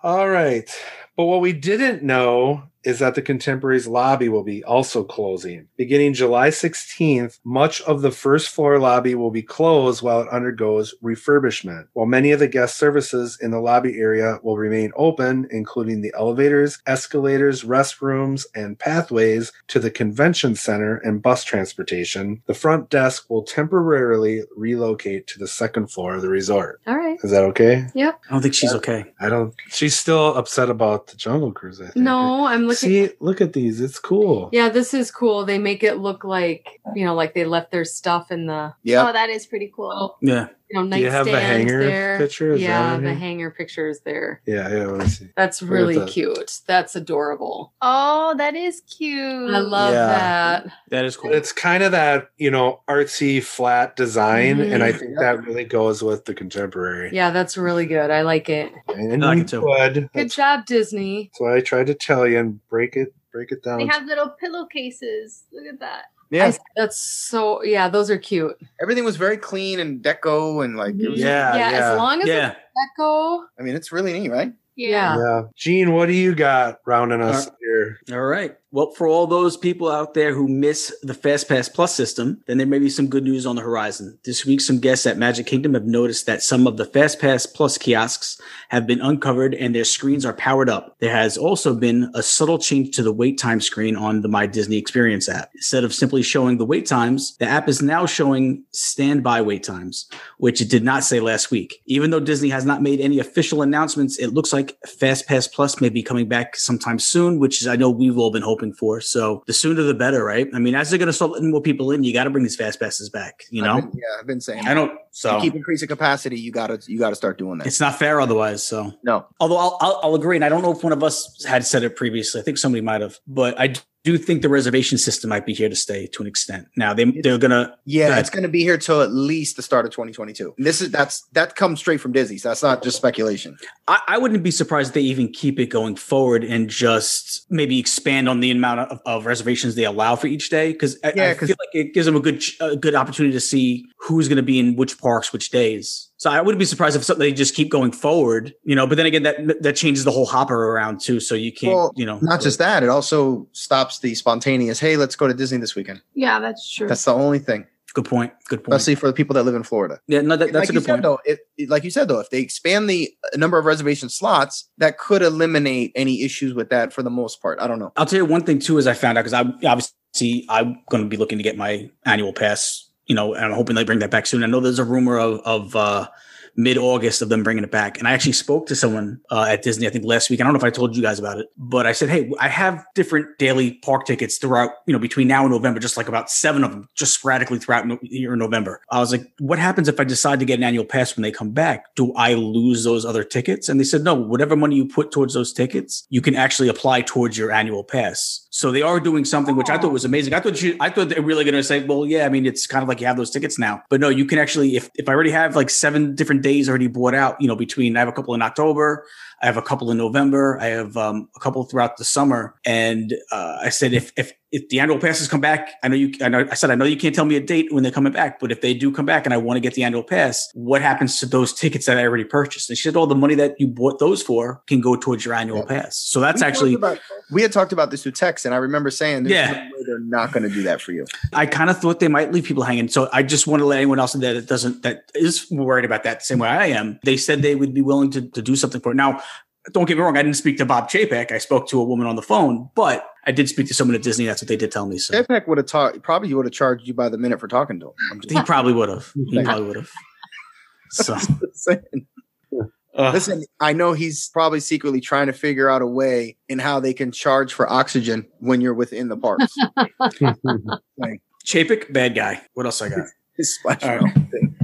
S4: all right but what we didn't know is that the contemporaries lobby will be also closing beginning july 16th much of the first floor lobby will be closed while it undergoes refurbishment while many of the guest services in the lobby area will remain open including the elevators escalators restrooms and pathways to the convention center and bus transportation the front desk will temporarily relocate to the second floor of the resort
S3: all right.
S4: is that okay
S1: I don't think she's okay.
S4: I don't. She's still upset about the Jungle Cruise. I think.
S3: No, I'm looking.
S4: See, look at these. It's cool.
S3: Yeah, this is cool. They make it look like you know, like they left their stuff in the
S5: Yeah.
S6: Oh, that is pretty cool.
S1: Yeah.
S3: you know
S4: Do you have
S3: nightstand
S4: the hanger
S3: there.
S4: picture? Is that
S3: yeah,
S4: in
S3: the
S4: here?
S3: hanger picture is there.
S4: Yeah, yeah. Let me see.
S3: That's
S4: Look at
S3: really
S4: that.
S3: cute. That's adorable.
S6: Oh, that is cute.
S3: I love
S4: Yeah.
S3: that.
S1: That is cool.
S4: It's kind of that you know artsy flat design,
S3: Mhm.
S4: and I think that really goes with the contemporary.
S3: Yeah, that's really good. I like it.
S4: and
S1: I like
S4: you
S1: it too.
S4: could. That's,
S3: Good job, Disney.
S4: that's what I tried to tell you and break it, break it
S6: They
S4: down.
S6: have little pillowcases. Look at that.
S5: Yeah,
S3: I- that's so. Yeah, those are cute.
S5: everything was very clean and deco and like. It was,
S4: Yeah. yeah.
S3: As long as
S1: Yeah.
S3: it's echo,
S5: I mean, it's really neat, right?
S3: Yeah.
S4: yeah, Gene, what do you got rounding us here?
S1: All right. Well, for all those people out there who miss the FastPass Plus system, then there may be some good news on the horizon. This week, some guests at Magic Kingdom have noticed that some of the FastPass Plus kiosks have been uncovered and their screens are powered up. There has also been a subtle change to the wait time screen on the My Disney Experience app. Instead of simply showing the wait times, the app is now showing standby wait times which it did not say last week. Even though Disney has not made any official announcements, it looks like FastPass Plus may be coming back sometime soon, which is I know we've all been hoping for. So the sooner the better, right? I mean, as they're going to start letting more people in, you got to bring these fast passes back. You
S5: I've
S1: know,
S5: been- yeah, I've been saying.
S1: I don't. So
S5: to keep increasing capacity, you gotta you gotta start doing that.
S1: it's not fair otherwise. So
S5: no,
S1: although I'll, I'll, I'll agree, and I don't know if one of us had said it previously. I think somebody might have, but I do think the reservation system might be here to stay to an extent. Now they they're gonna
S5: yeah,
S1: Right.
S5: it's gonna be here till at least the start of 2022. And this is that's that comes straight from Disney, so that's not just speculation.
S1: I, I wouldn't be surprised if they even keep it going forward and just maybe expand on the amount of, of reservations they allow for each day because I,
S5: Yeah,
S1: I
S5: 'cause-
S1: feel like it gives them a good ch- a good opportunity to see who's going to be in which parks which days. So I wouldn't be surprised if something they just keep going forward, you know. But then again, that that changes the whole hopper around too. So you can't,
S5: Well,
S1: you know,
S5: Not just that, it also stops the spontaneous. Hey, let's go to Disney this weekend.
S6: Yeah, that's true.
S5: That's the only thing,
S1: good point. Good point.
S5: especially for the people that live in Florida.
S1: yeah, no, that, that's
S5: like
S1: a
S5: you
S1: good
S5: said,
S1: point.
S5: Though, it, it- like you said, though, if they expand the uh, number of reservation slots, that could eliminate any issues with that for the most part. I don't know.
S1: I'll tell you one thing too, is I found out because I obviously I'm going to be looking to get my annual pass, you know, and I'm hoping they bring that back soon. I know there's a rumor of of uh, mid August of them bringing it back. And I actually spoke to someone uh, at Disney, I think last week. I don't know if I told you guys about it, but I said, Hey, I have different daily park tickets throughout, you know, between now and November, just like about seven of them, just sporadically throughout no- year in November. I was like, What happens if I decide to get an annual pass when they come back? Do I lose those other tickets? And they said, No, whatever money you put towards those tickets, you can actually apply towards your annual pass. So they are doing something which I thought was amazing. I thought you, I thought they were really going to say, well, yeah, I mean, it's kind of like you have those tickets now, but no, you can actually, if, if I already have like seven different days already bought out, you know, between, I have a couple in October, I have a couple in November, I have um, a couple throughout the summer. And uh, I said, if, if, if the annual passes come back, I know you, I know, I said, I know you can't tell me a date when they're coming back, but if they do come back and I want to get the annual pass, what happens to those tickets that I already purchased? And she said, all the money that you bought those for can go towards your annual pass. So that's
S5: We talked
S1: actually,
S5: about- we had talked about this through text, and I remember saying, "There's
S1: Yeah.
S5: no way they're not going to do that for you."
S1: I kind of thought they might leave people hanging. So I just want to let anyone else know that it doesn't that is worried about that the same way I am. They said they would be willing to, to do something for it. Now, don't get me wrong, I didn't speak to Bob Chapek. I spoke to a woman on the phone, but I did speak to someone at Disney. That's what they did tell me. So
S5: JPEG would have taught probably would have charged you by the minute for talking to him. I'm
S1: he probably would have. He probably would have. So
S5: just saying.
S1: uh,
S5: Listen, I know he's probably secretly trying to figure out a way in how they can charge for oxygen when you're within the parks.
S1: Chapek, bad guy. What else I got?
S5: It's splash
S1: All right.
S5: mountain thing.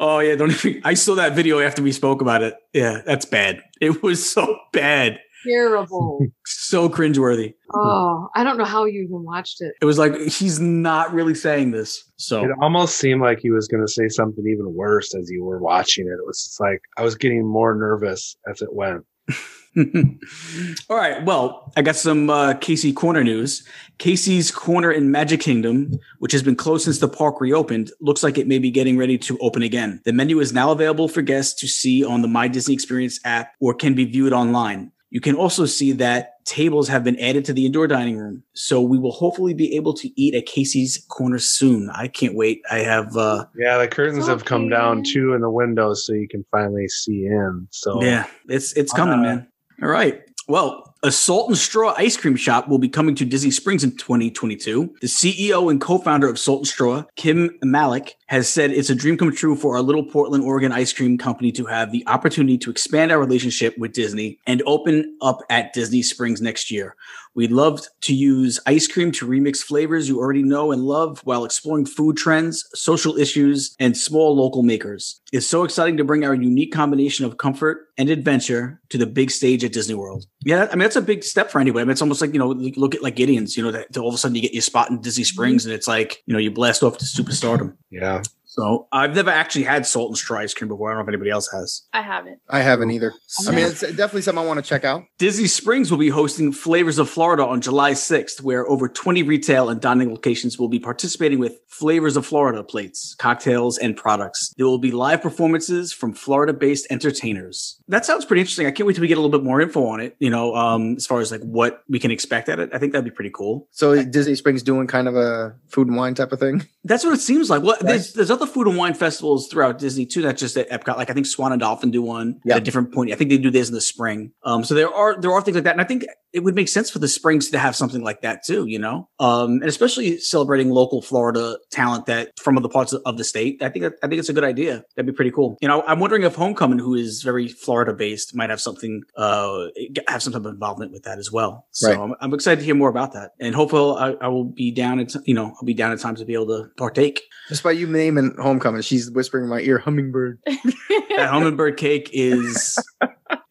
S1: Oh yeah, don't even I saw that video after we spoke about it. Yeah, that's bad. It was so bad.
S3: Terrible.
S1: So cringeworthy.
S3: oh, I don't know how you even watched it.
S1: It was like he's not really saying this. So
S4: It almost seemed like he was going to say something even worse as you were watching it. It was just like I was getting more nervous as it went.
S1: All right. Well, I got some uh, Casey Corner news. Casey's Corner in Magic Kingdom, which has been closed since the park reopened, looks like it may be getting ready to open again. The menu is now available for guests to see on the My Disney Experience app or can be viewed online. You can also see that tables have been added to the indoor dining room. So we will hopefully be able to eat at Casey's Corner soon. I can't wait. I have, uh,
S4: Yeah, the curtains have come down
S3: Okay.
S4: too in the windows, so you can finally see in. So
S1: yeah, it's, it's coming,
S4: Uh,
S1: man. All right. Well, a Salt and Straw ice cream shop will be coming to Disney Springs in 2022. The CEO and co-founder of Salt and Straw, Kim Malik, has said it's a dream come true for our little Portland, Oregon ice cream company to have the opportunity to expand our relationship with Disney and open up at Disney Springs next year. We'd love to use ice cream to remix flavors you already know and love while exploring food trends, social issues, and small local makers. It's so exciting to bring our unique combination of comfort and adventure to the big stage at Disney World. Yeah, I mean, that's a big step for anybody. I mean, it's almost like, you know, you look at like Gideon's, you know, that, that all of a sudden you get your spot in Disney Springs and it's like, you know, you blast off to superstardom.
S4: yeah.
S1: So I've never actually had salt and straw ice cream before. I don't know if anybody else has.
S6: I haven't.
S5: I haven't either. I
S3: So-
S5: mean, it's definitely something I want to check out.
S1: Disney Springs will be hosting Flavors of Florida on July 6th, where over 20 retail and dining locations will be participating with Flavors of Florida plates, cocktails, and products. There will be live performances from Florida based entertainers. That sounds pretty interesting. I can't wait till we get a little bit more info on it, you know, um, as far as like what we can expect at it. I think that'd be pretty cool.
S5: So Disney Springs doing kind of a food and wine type of thing.
S1: That's what it seems like. Well,
S5: Right.
S1: there's, there's other food and wine festivals throughout Disney too. That's just at Epcot. Like I think Swan and Dolphin do one
S5: Yeah.
S1: at a different point. I think they do this in the spring. Um, so there are there are things like that, and I think it would make sense for the Springs to have something like that too. You know, um, and especially celebrating local Florida talent that from other parts of the state. I think that, I think it's a good idea. That'd be pretty cool. You know, I'm wondering if Homecoming, who is very Florida based, might have something uh have some type of involvement with that as well. So
S5: Right.
S1: I'm, I'm excited to hear more about that, and hopefully I, I will be down at you know I'll be down at times to be able to partake.
S5: Just by you naming homecoming, she's whispering in my ear, hummingbird.
S1: that hummingbird cake is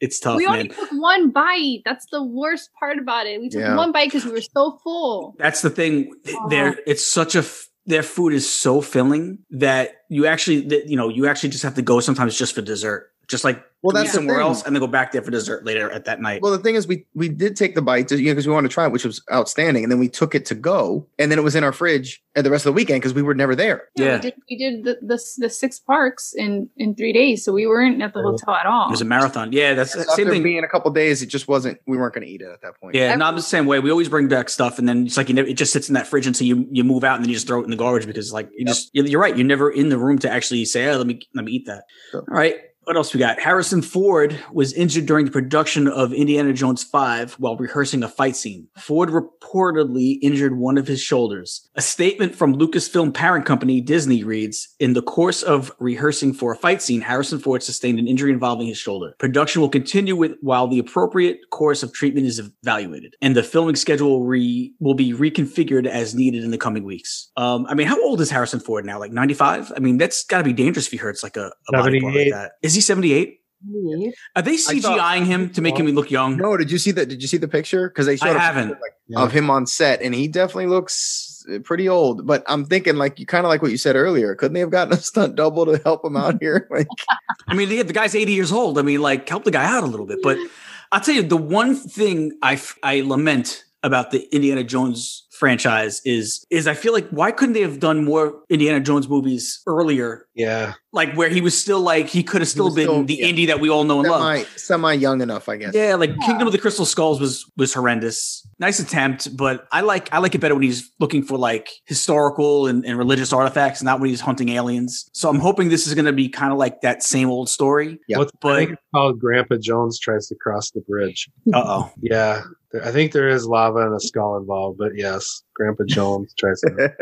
S1: it's tough
S6: we only
S1: man
S6: took one bite. That's the worst part about it. We took
S5: Yeah.
S6: one bite because we were so full.
S1: that's the thing there it's such a f- their food is so filling that you actually that, you know you actually just have to go sometimes just for dessert just like
S5: Well,
S1: eat
S5: that's the
S1: somewhere
S5: thing.
S1: else and then go back there for dessert later at that night
S5: Well, the thing is, we we did take the bite because you know, 'cause we wanted to try it, which was outstanding, and then we took it to go, and then it was in our fridge at the rest of the weekend because we were never there.
S1: yeah
S6: We did, we did the, the the six parks in in three days, so we weren't at the hotel at all.
S1: it was a marathon yeah that's
S5: So
S1: the
S5: after
S1: same thing
S5: being a couple days, it just wasn't. We weren't going to eat it at that point.
S1: yeah, not the same way. We always bring back stuff, and then it's like you never, it just sits in that fridge until you you move out, and then you just throw it in the garbage because like you
S5: Yep.
S1: just you're, you're right. You're never in the room to actually say, oh, "Let me let me eat that."
S5: Sure.
S1: All right. What else we got? Harrison Ford was injured during the production of Indiana Jones 5 while rehearsing a fight scene. Ford reportedly injured one of his shoulders. A statement from Lucasfilm parent company Disney reads In the course of rehearsing for a fight scene, Harrison Ford sustained an injury involving his shoulder. Production will continue with while the appropriate course of treatment is evaluated, and the filming schedule re- will be reconfigured as needed in the coming weeks. Um, I mean, how old is Harrison Ford now? Like 95? I mean, that's got to be dangerous if he hurts like a, a body part like
S4: 78.
S1: that. Is he 78?
S3: Me.
S1: Are they
S5: saw-
S1: CGIing him to make him look young?
S5: No, did you see that? Did you see the picture? Because they showed
S1: I
S5: a picture,
S1: haven't.
S5: like, of him on set, and he definitely looks uh, pretty old. But I'm thinking, like you kind of like what you said earlier. Couldn't they have gotten a stunt double to help him out here? Like,
S1: I mean, the, the guy's 80 years old. I mean, like, help the guy out a little bit. But I'll tell you, the one thing I, f- I lament about the Indiana Jones franchise is is I feel like why couldn't they have done more Indiana Jones movies earlier?
S4: Yeah.
S1: Like where he was still like he could have still
S5: was
S1: been
S5: still-
S1: the
S5: yeah.
S1: indie that we all know and love.
S5: semi semi young enough, I guess.
S1: Yeah, like Kingdom of the Crystal Skulls was was horrendous. Nice attempt, but I like I like it better when he's looking for like historical and, and religious artifacts, not when he's hunting aliens. So I'm hoping this is going to be kind of like that same old story.
S5: Yeah.
S4: What's
S1: But-
S4: I think it's called Grandpa Jones tries to cross the bridge.
S1: Uh oh,
S4: Yeah. There- I think there is lava and a skull involved, but yes, Grandpa Jones tries to.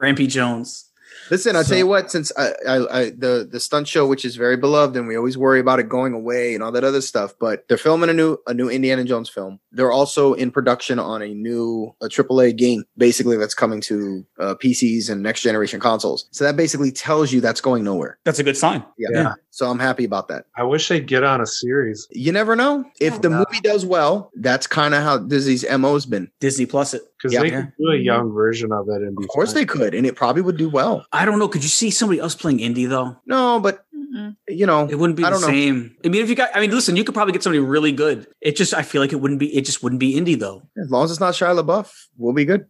S1: Grampy Jones.
S5: Listen, I'll
S1: So-
S5: tell you what. Since I, I, I, the the stunt show, which is very beloved, and we always worry about it going away and all that other stuff, but they're filming a new a new Indiana Jones film. They're also in production on a new a AAA game, basically that's coming to uh, PCs and next generation consoles. So that basically tells you that's going nowhere.
S1: That's a good sign.
S5: Yeah.
S1: Yeah.
S5: So I'm happy about that.
S4: I wish they'd get on a series.
S5: You never know if the
S4: Yeah.
S5: movie does well. That's kind of how Disney's mo's been.
S1: Disney Plus it.
S4: Because
S5: Yeah.
S4: they could do a young version of it and be
S5: Of course they could, and it probably would do well.
S1: I don't know. Could you see somebody else playing indie though?
S5: No, but
S6: Mm-mm.
S5: you know,
S1: It wouldn't be
S5: I
S1: the
S5: don't know.
S1: same. I mean, if you got, I mean, listen, you could probably get somebody really good. It just, I feel like it wouldn't be, it just wouldn't be indie though.
S5: as long as it's not Shia LaBeouf, we'll be good.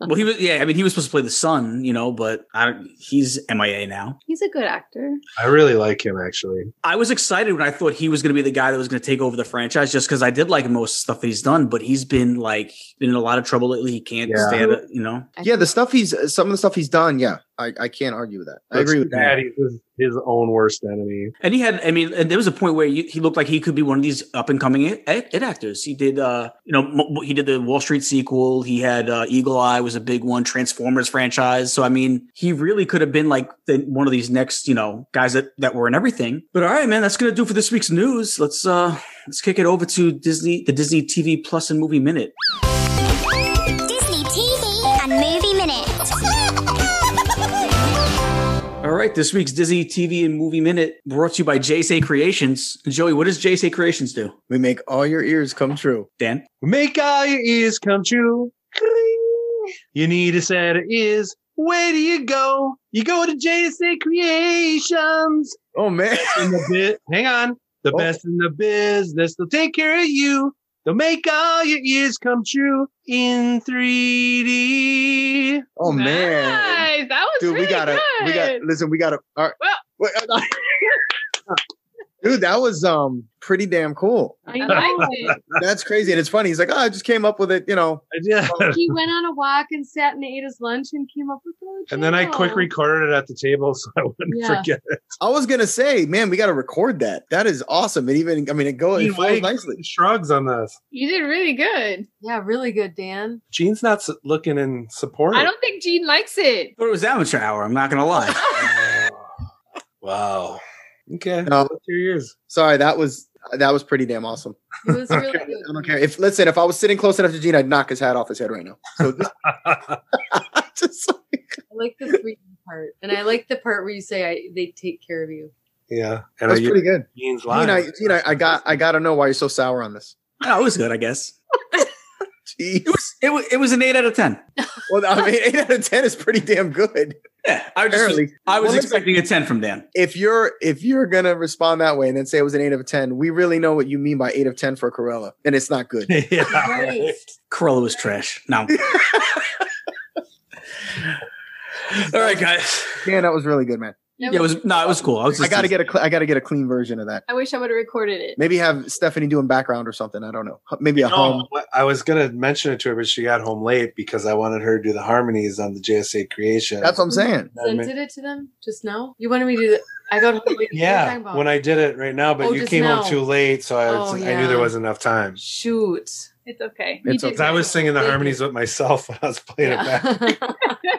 S1: Well, he was, yeah, I mean, he was supposed to play the son, you know, but I don't, he's MIA now.
S6: He's a good actor.
S4: I really like him actually.
S1: I was excited when I thought he was going to be the guy that was going to take over the franchise, just because I did like most stuff that he's done. But he's been like been in a lot of trouble lately. He can't
S4: Yeah.
S1: stand it, you know.
S3: I
S5: yeah, the
S3: think-
S5: stuff he's uh, some of the stuff he's done. Yeah, I, I can't argue with that. I agree with that.
S4: that. He's his, his own worst enemy.
S1: And he had, I mean, and there was a point where you, he looked like he could be one of these up and coming it, it actors. He did, uh, you know, m- he did the Wall Street sequel. He had uh, Eagle Eye was a big one, Transformers franchise. So I mean, he really could have been like the, one of these next, you know, guys that that were in everything. But all right, man, that's gonna do for this week's news. Let's uh let's kick it over to Disney, the Disney TV Plus and Movie Minute.
S2: Disney TV and Movie Minute.
S1: All right, this week's Disney TV and Movie Minute brought to you by JSA Creations. Joey, what does JSA Creations do?
S5: We make all your ears come true.
S1: Dan,
S4: Make all your ears come true. Kling. You need a set of ears. Where do you go? You go to JSA Creations.
S5: Oh man,
S4: In the bit, hang on. The
S5: Oh.
S4: best in the business. They'll take care of you. They'll make all your ears come true in 3D.
S5: oh man,
S3: Nice. That was
S5: dude, we
S3: really
S5: gotta,
S3: good.
S5: we got. Listen, we gotta. All right. Wait, dude, that was um pretty damn cool.
S3: I
S6: I
S3: know.
S6: liked it.
S5: That's crazy, and it's funny. He's like, oh, I just came up with it, you know.
S4: I did.
S3: he went on a walk and sat and ate his lunch and came up with the
S4: And then I
S3: jingle.
S4: quick recorded it at the table so I wouldn't
S3: Yeah.
S4: forget.
S5: I was gonna say, man, we gotta record that. That is awesome. It even, I mean, it goes, it flows
S4: Wait,
S5: nicely.
S4: Shrugs on this.
S6: You did really good.
S3: Yeah, really good, Dan.
S4: Gene's not su- looking in support.
S6: I don't think Gene likes it.
S1: but it was amateur hour. I'm not gonna lie.
S4: wow. Okay.
S5: No.
S4: What's your ears?
S5: Sorry, that was that was pretty damn awesome.
S3: It was really good.
S5: I don't care if listen. If I was sitting close enough to Gene, I'd knock his hat off his head right now. So just
S3: I like the three part, and I like the part where you say I, they take care of you.
S4: yeah. And
S5: that's
S4: are
S5: pretty
S4: you
S5: good.
S4: Gene's
S5: Gene,
S4: lying?
S5: I, Gene, I, I got I got to know why you're so sour on this.
S1: no, it was good, I guess.
S5: Gee,
S1: It was it was, it was an eight out of ten.
S5: well, I mean, eight out of ten is pretty damn good.
S1: Yeah, I was, just,
S5: Apparently,
S1: I was
S5: Well, listen-
S1: expecting a ten from Dan.
S5: if you're if you're gonna respond that way and then say it was an eight of ten, we really know what you mean by eight of ten for Corella, and it's not good.
S4: yeah.
S3: Right.
S1: Corolla was trash. No. All right, guys.
S5: Dan, that was really good, man.
S1: Yeah, it was no, it was cool. I was
S5: I
S1: just
S5: gotta get a cl- I gotta get a clean version of that.
S6: I wish I would have recorded it.
S5: Maybe have Stephanie doing background or something. I don't know. Maybe a home.
S4: No, I was gonna mention it to her, but she got home late because I wanted her to do the harmonies on the JSA creation.
S5: That's what I'm saying.
S3: Sent it to them just now. You wanted me to. I got.
S4: yeah, when I did it right now, but
S3: Oh,
S4: you
S3: just
S4: came
S3: now.
S4: home too late, so I,
S3: Oh,
S4: I
S3: yeah.
S4: knew there wasn't enough time.
S3: shoot.
S6: It's okay.
S5: It's
S6: did
S5: okay.
S4: 'Cause I was singing the
S3: Thank you.
S4: harmonies with myself when I was playing it back.
S3: Yeah.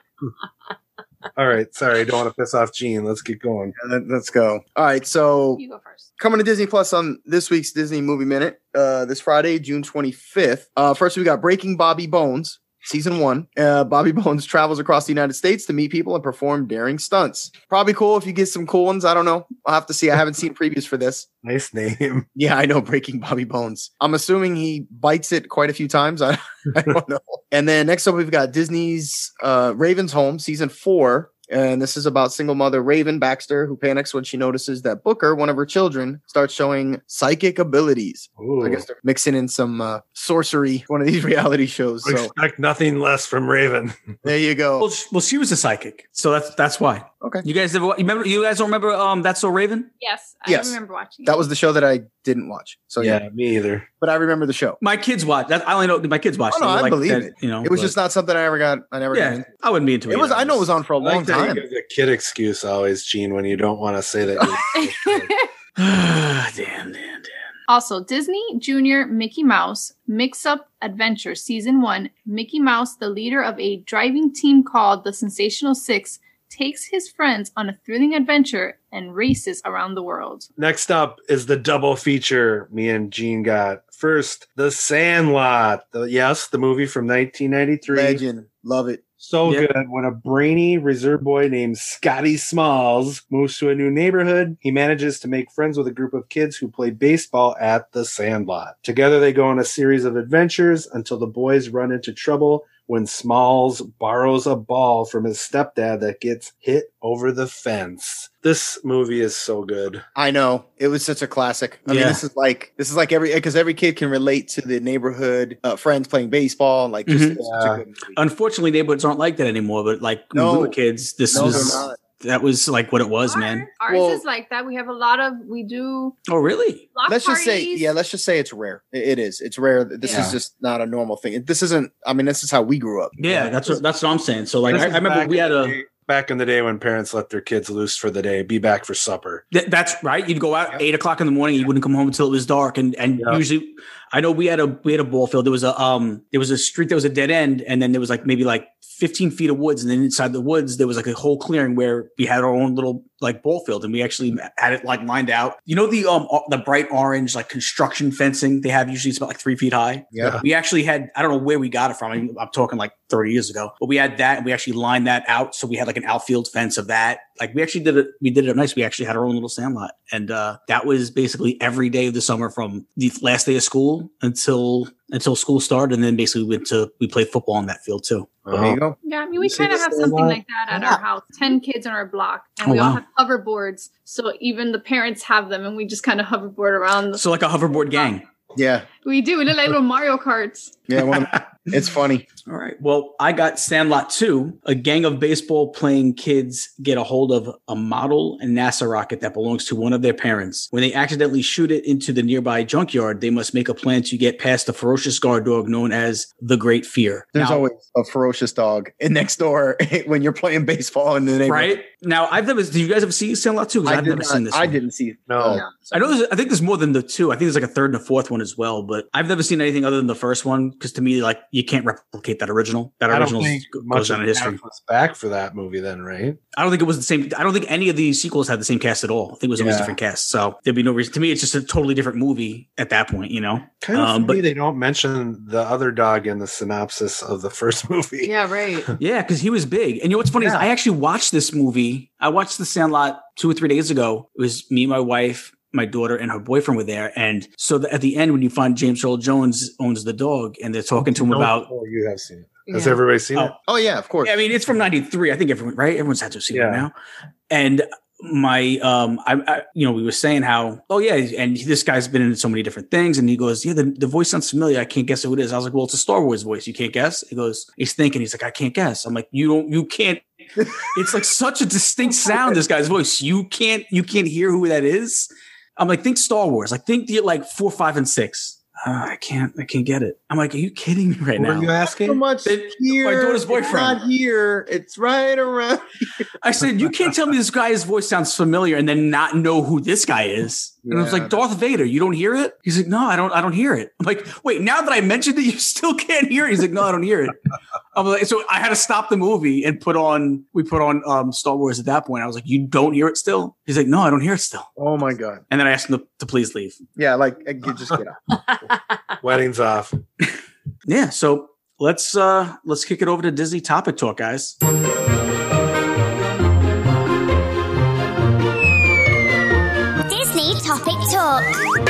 S4: All right, sorry, don't want to piss off Gene. Let's get going.
S5: Yeah, let- Let's go. All right. So
S6: You go first.
S5: coming to Disney Plus on this week's Disney Movie Minute, uh, this Friday, June 25th. Uh, first, we got Breaking Bobby Bones, season one. Uh, Bobby Bones travels across the United States to meet people and perform daring stunts. Probably cool if you get some cool ones. I don't know. I'll have to see. I haven't seen previews for this.
S4: Nice name.
S5: Yeah, I know. Breaking Bobby Bones. I'm assuming he bites it quite a few times. I, I don't know. And then next up, we've got Disney's uh, Raven's Home, season four. And this is about single mother Raven Baxter, who panics when she notices that Booker, one of her children, starts showing psychic abilities.
S4: Ooh.
S5: I guess they're mixing in some uh, sorcery, one of these reality shows. So
S4: Expect nothing less from Raven.
S5: there you
S1: Well,
S5: go.
S1: she, well, she was a psychic, so that's that's why.
S5: Okay.
S1: You guys ever wa- you remember? You guys don't remember? Um, that's so Raven.
S6: Yes, I
S5: Yes.
S6: remember watching.
S5: That was the show that I didn't watch. So Oh, yeah,
S4: me either.
S5: but I remember the show.
S1: My kids watch. That, I only know my kids watch.
S5: Oh, no, I believe it.
S1: You know,
S5: It was
S1: but-
S5: just not something I ever got. I never.
S1: yeah,
S5: Got into.
S1: I wouldn't be into it.
S5: It was.
S1: either.
S5: I know it was on for a
S4: I
S5: long
S4: like that
S5: time.
S4: you give the kid excuse always, Gene, when you don't want to say that. you
S1: damn, damn, damn.
S6: also Disney Junior Mickey Mouse Mix Up Adventure Season One. Mickey Mouse, the leader of a driving team called the Sensational Six, takes his friends on a thrilling adventure and races around the world.
S4: Next up is the double feature me and Gene got. First, The Sandlot. The, yes, the movie from 1993.
S5: Legend, love it.
S4: So
S1: Yeah.
S4: good. When a brainy reserve boy named Scotty Smalls moves to a new neighborhood, he manages to make friends with a group of kids who play baseball at the sandlot. Together, they go on a series of adventures until the boys run into trouble when Smalls borrows a ball from his stepdad that gets hit over the fence. This movie is so good.
S5: I know it was such a classic. I mean,
S1: Yeah.
S5: this is like this is like every because every kid can relate to the neighborhood uh, friends playing baseball. Like, just,
S1: Mhm.
S5: it's such a good movie.
S1: Unfortunately, neighborhoods aren't like that anymore. But like when
S5: No.
S1: we were kids, this
S5: No,
S1: was
S5: they're not.
S1: that was like what it was,
S6: Our-
S1: man.
S6: Ours
S5: Well-
S6: is like that. We have a lot of we do.
S1: Oh, really?
S6: Block
S5: Let's just say,
S6: parties.
S5: yeah, let's just say it's rare. I- It is. It's rare. This
S4: Yeah.
S5: is just not a normal thing. This isn't. I mean, this is how we grew up.
S1: Yeah, that's what that's what I'm saying. So like, I, I remember we had a.
S4: Back in the day when parents let their kids loose for the day, be back for supper.
S1: Th- that's right. You'd go out
S4: Yep.
S1: eight o'clock in the morning. You wouldn't come home until it was dark, and and
S4: Yep.
S1: usually, I know we had a we had a ball field. There was a um there was a street that was a dead end, and then there was like maybe like fifteen feet of woods, and then inside the woods there was like a whole clearing where we had our own little like ball field, and we actually had it like lined out. You know the um o- the bright orange like construction fencing they have usually it's about like three feet high.
S5: Yeah.
S1: We actually had, I don't know where we got it from. I mean, I'm talking like 30 years ago, but we had that and we actually lined that out. So we had like an outfield fence of that. Like we actually did it. We did it up nice. We actually had our own little sandlot. And, uh, that was basically every day of the summer from the last day of school until, until school started. And then basically we went to, we played football on that field too.
S5: There
S4: Uh-huh.
S5: you go.
S6: Yeah, I mean, we
S4: You see
S6: kind of
S4: this
S6: have
S4: thing
S6: something
S4: now?
S6: like that at our house. Ten kids on our block, and
S1: Oh,
S6: we all
S1: wow.
S6: have hoverboards. So even the parents have them, and we just kind of hoverboard around. The-
S1: So like a hoverboard gang.
S5: Yeah,
S6: we do. We look like little Mario Karts.
S5: yeah. One of them- it's funny.
S1: All right. Well, I got Sandlot 2. A gang of baseball playing kids get a hold of a model and NASA rocket that belongs to one of their parents. When they accidentally shoot it into the nearby junkyard, they must make a plan to get past the ferocious guard dog known as the Great Fear.
S5: There's
S1: Now-
S5: always a ferocious dog in next door when you're playing baseball in the neighborhood.
S1: Right now, I've never. Do you guys ever see Sandlot 2?
S5: I
S1: I've
S5: did
S1: never
S5: not-
S1: seen this.
S5: I
S1: one.
S5: didn't see. Oh,
S4: No.
S6: Yeah.
S1: I know. There's, I think there's more than the two. I think there's like a third and a fourth one as well. But I've never seen anything other than the first one because to me, like you can't replicate that original. That
S4: I don't
S1: original
S4: think
S1: goes
S4: much
S1: down
S4: of
S1: in
S4: the
S1: history.
S4: cast was back for that movie then, right?
S1: I don't think it was the same. I don't think any of these sequels had the same cast at all. I think it was always
S4: Yeah.
S1: different cast. So there'd be no reason to me. It's just a totally different movie at that point, you know.
S4: Kind of
S1: Um,
S4: funny
S1: but-
S4: they don't mention the other dog in the synopsis of the first movie.
S3: yeah, right.
S1: Yeah, because he was big. And you know what's funny is
S4: Yeah.
S1: I actually watched this movie. I watched The Sandlot two or three days ago. It was me, my wife, my daughter, and her boyfriend were there. And so the, at the end, when you find James Earl Jones owns the dog, and they're talking to him
S4: No,
S1: about.
S4: oh, you have seen it. Has
S3: Yeah.
S4: everybody seen
S1: Oh.
S4: it?
S5: Oh yeah, of course.
S1: I mean, it's from '93. I think everyone, right? Everyone's had to see
S4: Yeah.
S1: it now. And my, um, I, I, you know, we were saying how, oh yeah, and this guy's been in so many different things, and he goes, yeah, the, the voice sounds familiar. I can't guess who it is. I was like, well, it's a Star Wars voice. You can't guess. He goes, he's thinking. He's like, I can't guess. I'm like, you don't, you can't. it's like such a distinct sound. This guy's voice. You can't you can't hear who that is. I'm like, think Star Wars. Like think the like four, five, and six. Ah, I can't I can't get it. I'm like, are you kidding me right
S4: What
S1: now?
S4: are you
S5: so
S4: asking?
S5: much
S1: Then
S5: here.
S1: my daughter's
S5: it's
S1: boyfriend.
S5: not here. It's right around.
S1: I said, you can't tell me this guy's voice sounds familiar and then not know who this guy is. And I was
S5: Yeah,
S1: like, Darth Vader, you don't hear it? He's like, no, I don't. I don't hear it. I'm like, wait, now that I mentioned it, you still can't hear it. He's like, no, I don't hear it. I'm like, so I had to stop the movie and put on. We put on um, Star Wars at that point. I was like, you don't hear it still? He's like, no, I don't hear it still.
S5: Oh my god.
S1: And then I asked him to, to please leave.
S5: Yeah, like I could just get out.
S4: Wedding's off.
S1: Yeah. So let's uh let's kick it over to Disney topic talk, guys.
S2: Disney Topic Talk.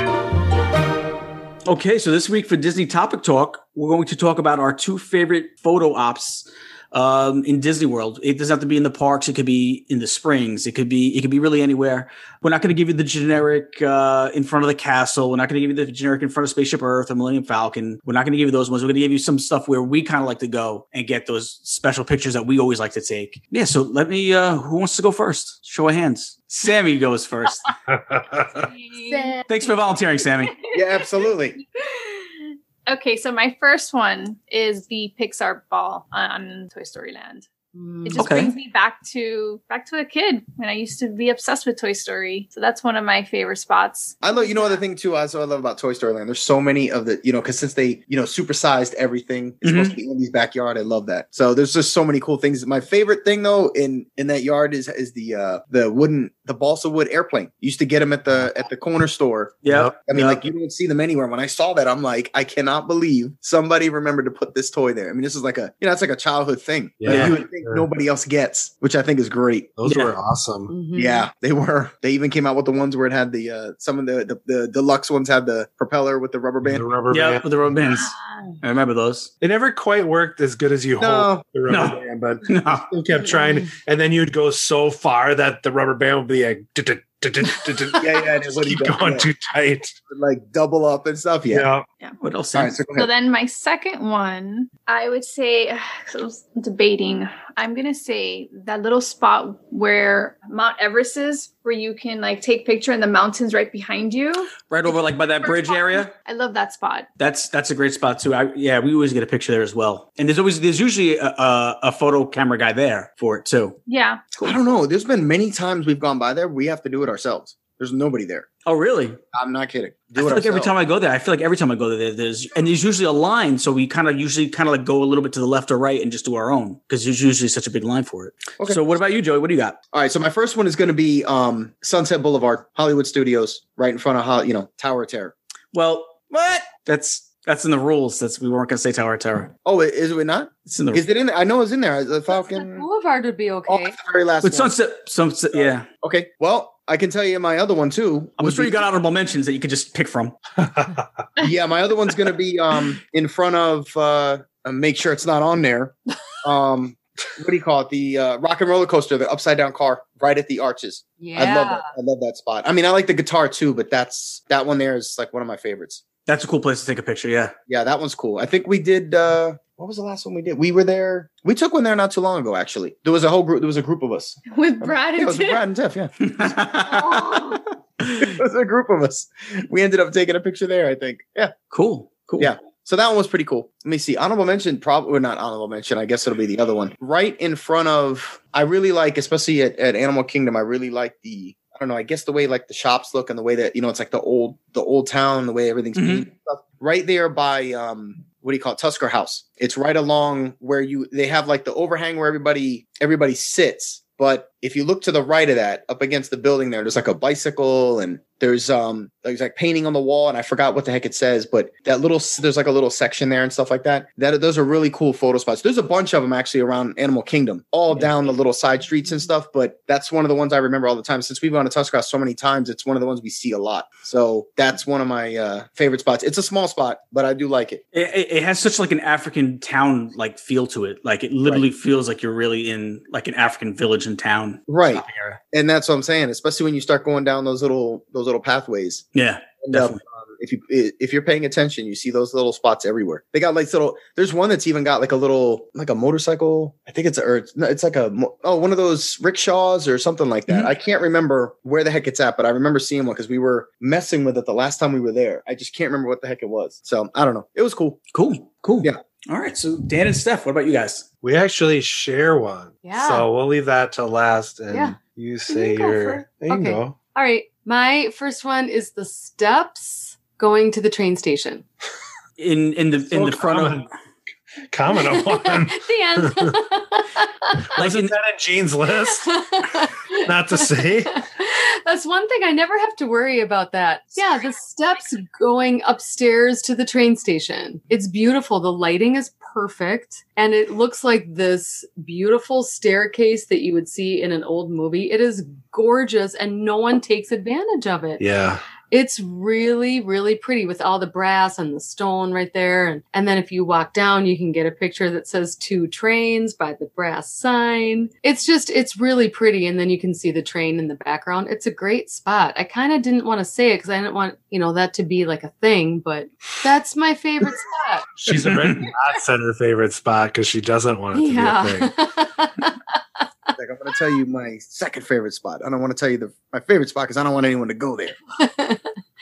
S1: Okay, so this week for Disney Topic Talk, we're going to talk about our two favorite photo ops um, in Disney World. It doesn't have to be in the parks; it could be in the springs. It could be it could be really anywhere. We're not going to give you the generic uh, in front of the castle. We're not going to give you the generic in front of Spaceship Earth or Millennium Falcon. We're not going to give you those ones. We're going to give you some stuff where we kind of like to go and get those special pictures that we always like to take. Yeah. So let me. Uh, who wants to go first? Show of hands. Sammy goes first. Thanks for volunteering, Sammy.
S5: Yeah, absolutely.
S6: Okay, so my first one is the Pixar ball on Toy Story Land.
S3: Mm.
S6: It just
S1: Okay.
S6: brings me back to back to a kid when I used to be obsessed with Toy Story. So that's one of my favorite spots.
S5: I love you know other thing too. I so I love about Toy Story Land. There's so many of the you know because since they you know supersized everything, it's supposed to be Andy's backyard. I love that. So there's just so many cool things. My favorite thing though in in that yard is is the uh the wooden the balsa wood airplane. You used to get them at the at the corner store.
S1: Yep.
S5: I mean,
S1: Yep.
S5: like you don't see them anywhere. When I saw that, I'm like, I cannot believe somebody remembered to put this toy there. I mean, this is like a you know it's like a childhood thing. that
S4: Yeah.
S5: you would think
S4: Sure.
S5: nobody else gets, which I think is great.
S4: Those
S1: Yeah.
S4: were awesome.
S3: Mm-hmm. Hmm.
S5: Yeah, they were. They even came out with the ones where it had the uh some of the the, the deluxe ones had the propeller with the rubber
S4: The
S5: band.
S4: rubber
S1: Yeah,
S4: band.
S1: with the road bands. I remember those.
S4: They never quite worked as good as you hoped.
S5: No,
S4: The rubber
S1: No.
S4: band, but
S1: No.
S4: still kept trying. And then you'd go so far that the rubber band would be like, "Duh, duh, duh, duh, duh, duh."
S5: yeah, yeah, and it
S4: just
S5: would
S4: keep going too tight.
S1: Mm-hmm.
S5: like double up and stuff. Yeah.
S4: Yeah.
S1: What else?
S5: All right, so go
S6: So
S5: ahead.
S6: then my second one, I would say, 'cause I was debating. I'm gonna say that little spot where Mount Everest is, where you can like take picture in the mountains right behind you.
S1: right over like by that bridge area.
S6: I love that spot.
S1: That's that's a great spot too. I, yeah, we always get a picture there as well. And there's always there's usually a, a, a photo camera guy there for it too.
S6: Yeah,
S5: I don't know. There's been many times we've gone by there. We have to do it ourselves. There's nobody there.
S1: Oh really?
S5: I'm not kidding.
S1: I
S5: Do
S1: feel
S5: it
S1: like every
S5: ourselves.
S1: time I go there, I feel like every time I go there, there's and there's usually a line, so we kind of usually kind of like go a little bit to the left or right and just do our own because there's usually such a big line for it.
S5: Okay.
S1: So what about you, Joey? What do you got?
S5: All right, so my first one is going to be um Sunset Boulevard, Hollywood Studios, right in front of Hol- you know Tower of Terror.
S1: Well, what? That's that's in the rules. That's we weren't gonna say Tower of Terror.
S5: Oh, i- is it not?
S1: It's in the
S5: Is it in? There? I know it's in there. The
S3: Sunset
S5: Falcon.
S3: Boulevard would be
S5: Oh,
S3: okay.
S5: that's the very last.
S1: with
S5: one.
S1: sunset. Sunset. Yeah,
S5: Okay. Well, I can tell you my other one too.
S1: I'm
S5: would
S1: sure
S5: be-
S1: you got honorable mentions that you could just pick from.
S5: yeah, my other one's gonna be um in front of uh uh, make sure it's not on there. Um what do you call it? The uh, rock and roller coaster, the upside down car right at the arches.
S3: Yeah.
S5: I love that. I love that spot. I mean, I like the guitar too, but that's that one there is like one of my favorites.
S1: That's a cool place to take a picture. Yeah.
S5: Yeah, that one's cool. I think we did uh what was the last one we did? We were there. We took one there not too long ago, actually. There was a whole group. There was a group of us.
S6: with Brad
S5: Yeah, it
S6: and
S5: was
S6: Tim.
S5: Brad and Tiff. Yeah, it
S1: cool,
S5: was a group of us. We ended up taking a picture there. I think. Yeah.
S1: cool.
S5: Yeah. So that one was pretty cool. Let me see. Honorable mention, probably not honorable mention. I guess it'll be the other one. Right in front of, I really like, especially at, at Animal Kingdom, I really like the, I don't know, I guess the way like the shops look and the way that, you know, it's like the old, the old town, the way everything's
S1: Mhm.
S5: painted and stuff. Right there by, um, what do you call it? Tusker House. It's right along where you, they have like the overhang where everybody, everybody sits. But if you look to the right of that, up against the building there, there's like a bicycle and there's um there's like painting on the wall and I forgot what the heck it says, but that little s- there's like a little section there and stuff like that. That those are really cool photo spots. There's a bunch of them actually around Animal Kingdom, all down the little side streets and stuff. But that's one of the ones I remember all the time. Since we've gone to Tusker House so many times, it's one of the ones we see a lot. So that's one of my uh, favorite spots. It's a small spot, but I do like it.
S1: It, it- it has such like an African town like feel to it. Like it literally feels like you're really in like an African village and town.
S5: Right,
S1: area.
S5: and that's what I'm saying. Especially when you start going down those little those little pathways,
S1: Yeah.
S5: end up,
S1: Definitely.
S5: um, If you if you're paying attention, you see those little spots everywhere. They got like little. There's one that's even got like a little like a motorcycle. I think it's a or it's, no, it's like a mo- oh one of those rickshaws or something like that.
S4: Mm-hmm.
S1: Mhm.
S5: I can't remember where the heck it's at, but I remember seeing one because we were messing with it the last time we were there. I just can't remember what the heck it was. So I don't know. It was cool.
S1: Cool. Cool.
S5: Yeah.
S1: All right. So Dan and Steph, what about you guys?
S4: We actually share one.
S3: Yeah.
S4: So we'll leave that to last and
S3: Yeah.
S4: you say
S3: You go
S4: your.
S3: for-
S4: You can
S3: okay.
S4: go.
S3: All right. My first one is the steps going to the train station.
S1: In in the in
S4: So
S1: the front
S4: common.
S1: of
S4: Comment on one.
S3: the end.
S1: like in,
S4: Wasn't that in Gene's list? Not to say.
S3: That's one thing I never have to worry about that. Yeah, the steps going upstairs to the train station. It's beautiful. The lighting is perfect. And it looks like this beautiful staircase that you would see in an old movie. It is gorgeous and no one takes advantage of it.
S4: Yeah.
S3: It's really, really pretty with all the brass and the stone right there. And, and then if you walk down, you can get a picture that says two trains by the brass sign. It's just, it's really pretty. And then you can see the train in the background. It's a great spot. I kind of didn't want to say it because I didn't want, you know, that to be like a thing, but that's my favorite spot.
S4: She's already not said her favorite spot because she doesn't want it to be a thing.
S3: yeah.
S5: Like I'm gonna tell you my second favorite spot. I don't want to tell you the my favorite spot because I don't want anyone to go there.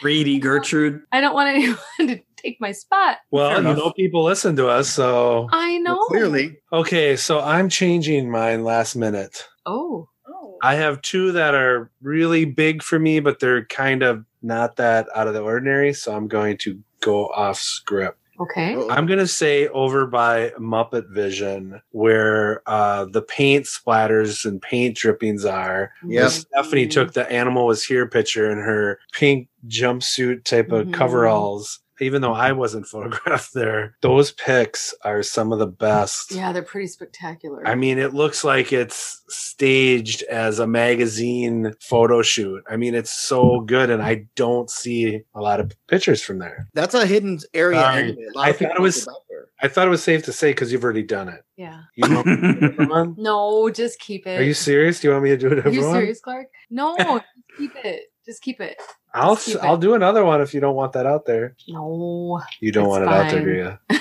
S1: Grady Gertrude.
S3: I don't want anyone to take my
S1: Fair
S3: spot.
S4: Well, you
S1: enough.
S4: know, people listen to us. So,
S3: I know.
S5: Well, clearly,
S4: okay. So I'm changing mine last minute.
S3: Oh,
S6: Oh.
S4: I have two that are really big for me, but they're kind of not that out of the ordinary. So I'm going to go off script.
S3: okay.
S4: I'm going to say over by Muppet Vision, where uh, the paint splatters and paint drippings are.
S5: Yep.
S4: Stephanie
S3: Mm.
S4: took the animal was here picture in her pink jumpsuit type of
S3: Mhm.
S4: coveralls. Even though I wasn't photographed there, those pics are some of the best.
S3: Yeah, they're pretty spectacular.
S4: I mean, it looks like it's staged as a magazine photo shoot. I mean, it's so good, and I don't see a lot of pictures from there.
S5: that's a hidden area.
S4: Sorry.
S5: anyway. A lot
S4: I
S5: of
S4: thought
S5: people
S4: it was-
S5: don't go back there.
S4: I thought it was safe to say because you've already done it.
S3: yeah.
S4: You know, everyone?
S3: No, just keep it.
S4: Are you serious? Do you want me to do it,
S3: Are you
S4: everyone?
S3: serious, Clark? No, just keep it. Just keep it.
S4: I'll
S3: Just keep it.
S4: I'll do another one if you don't want that out there.
S3: No.
S4: You don't
S3: It's
S4: want it out there,
S3: fine.
S4: do you?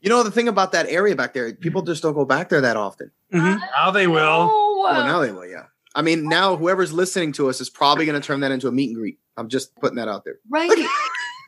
S5: You know the thing about that area back there, people just don't go back there that often.
S3: Mm-hmm.
S1: Mhm.
S4: Now they will.
S3: No.
S5: Well, now they will, yeah. I mean, now whoever's listening to us is probably going to turn that into a meet and greet. I'm just putting that out there.
S3: right.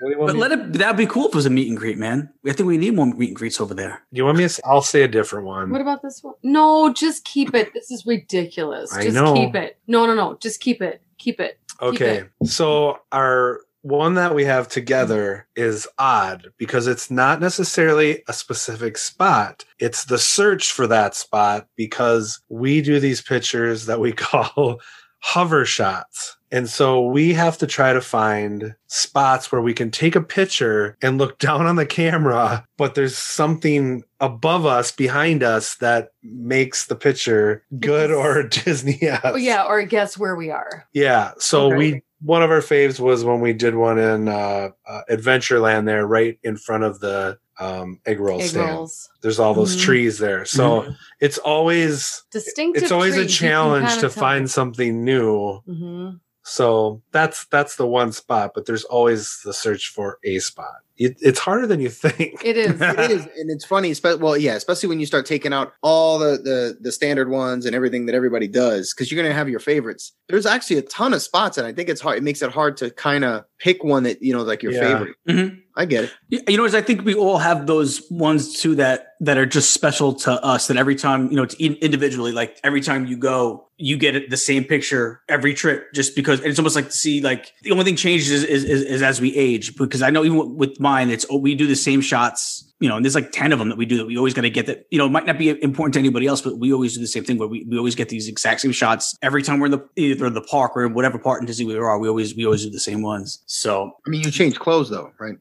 S4: What do you want
S1: But
S4: me-
S1: let it that'd be cool if it was a meet and greet, man. I think we need more meet and greets over there.
S4: do you want me to? s- I'll say a different one.
S3: What about this one? No, just keep it. This is ridiculous.
S4: I
S3: just
S4: know.
S3: keep it. No, no, no. Just keep it. Keep it.
S4: Okay. So our one that we have together is odd because it's not necessarily a specific spot. It's the search for that spot because we do these pictures that we call hover shots. And so we have to try to find spots where we can take a picture and look down on the camera, but there's something above us, behind us that makes the picture good or Disney.
S3: Oh, yeah, or guess where we are.
S4: Yeah. So
S5: Okay.
S4: we one of our faves was when we did one in uh, uh, Adventureland there, right in front of the um, egg roll
S3: Egg
S4: stand.
S3: rolls. Mm-hmm.
S4: There's all those
S3: Mhm.
S4: trees there, so it's always
S3: Distinctive.
S4: it's always a
S3: trees. You can
S4: challenge
S3: kinda
S4: to
S3: tell.
S4: find something new.
S3: Mhm.
S4: So that's that's the one spot, but there's always the search for a spot. It, it's harder than you think.
S3: It is.
S5: it is, and it's funny. Spe- well, yeah, especially when you start taking out all the the, the standard ones and everything that everybody does, because you're going to have your favorites. There's actually a ton of spots, and I think it's hard. It makes it hard to kind of pick one that you know, like your
S4: Yeah.
S5: favorite.
S1: Mhm.
S5: I get it.
S1: Y- You know, as I think we all have those ones too that that are just special to us. That every time you know, to in- individually, like every time you go, you get it- the same picture every trip. Just because it's almost like to see like the only thing changes is is, is, is as we age. Because I know even with- with mine, it's oh, we do the same shots. You know, and there's like ten of them that we do that we always got to get that. You know, it might not be important to anybody else, but we always do the same thing where we, we always get these exact same shots every time we're in the either in the park or in whatever part in Disney we are. We always we always do the same ones. So
S5: I mean, you change clothes though, right?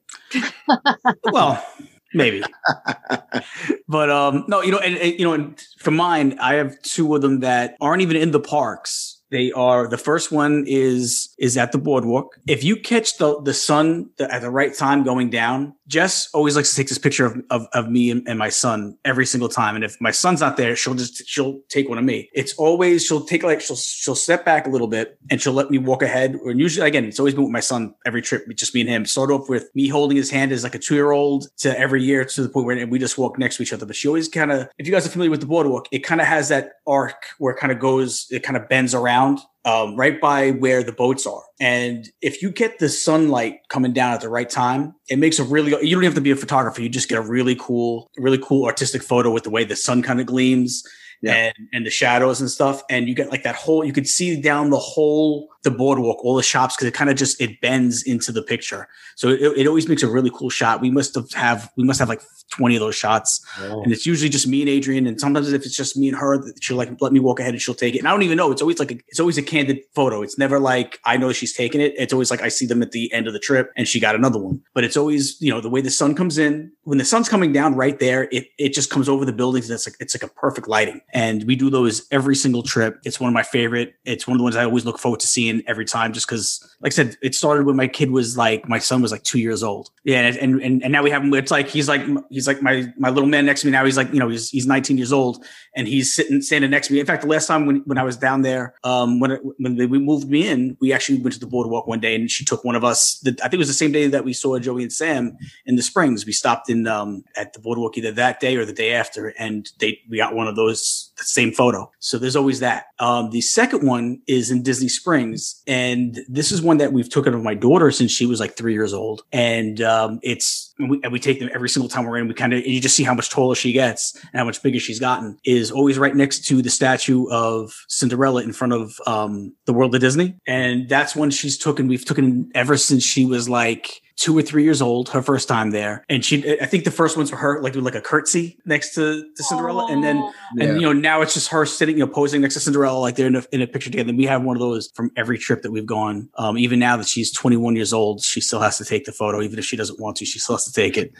S1: well maybe but um no you know and, and, you know and for mine i have two of them that aren't even in the parks They are the first one is is at the boardwalk. If you catch the the sun the, at the right time going down, Jess always likes to take this picture of of, of me and, and my son every single time. And if my son's not there, she'll just she'll take one of me. It's always she'll take like she'll she'll step back a little bit and she'll let me walk ahead. Or usually again, it's always been with my son every trip, it's just me and him. Start off with me holding his hand as like a two year old to every year to the point where we just walk next to each other. But she always kind of, if you guys are familiar with the boardwalk, it kind of has that arc where it kind of goes, it kind of bends around um, right by where the boats are. And if you get the sunlight coming down at the right time, it makes a really, you don't have to be a photographer. You just get a really cool, really cool artistic photo with the way the sun kind of gleams.
S5: Yeah.
S1: And, and the shadows and stuff. And you get like that whole, you could see down the whole, the boardwalk, all the shops, cause it kind of just, it bends into the picture. So it, it always makes a really cool shot. We must have, have, we must have like 20 of those shots and it's usually just me and Adrian. And sometimes if it's just me and her, she'll like let me walk ahead and she'll take it. And I don't even know. It's always like a, it's always a candid photo. It's never like I know she's taking it. It's always like I see them at the end of the trip and she got another one. But it's always you know the way the sun comes in when the sun's coming down right there. It it just comes over the buildings and it's like it's like a perfect lighting. And we do those every single trip. It's one of my favorite. It's one of the ones I always look forward to seeing every time, just because like I said, it started when my kid was like my son was like two years old. Yeah, and and, and now we have him. It's like he's like he's like my my little man next to me now. He's like you know he's he's 19 years old and he's sitting standing next to me. In fact, the last time when, when I was down there, um, when it, when they, we moved me in, we actually went to the boardwalk one day, and she took one of us. The, I think it was the same day that we saw Joey and Sam in the Springs. We stopped in um, at the boardwalk either that day or the day after, and they we got one of those the same photo. So there's always that. Um, the second one is in Disney Springs, and this is one that we've taken of my daughter since she was like three years old, and um, it's and we, and we take them every single time we're in. We kind of you just see how much taller she gets and how much bigger she's gotten. Is always right next to the statue of Cinderella in front of um, the World of Disney, and that's one she's took and we've taken ever since she was like two or three years old, her first time there. And she, I think the first ones were her like doing like a curtsy next to, to Cinderella, and then
S5: Yeah.
S1: and you know now it's just her sitting, you know, posing next to Cinderella, like they're in a, in a picture together. And we have one of those from every trip that we've gone. Um, even now that she's 21 years old, she still has to take the photo, even if she doesn't want to. She still has to take it.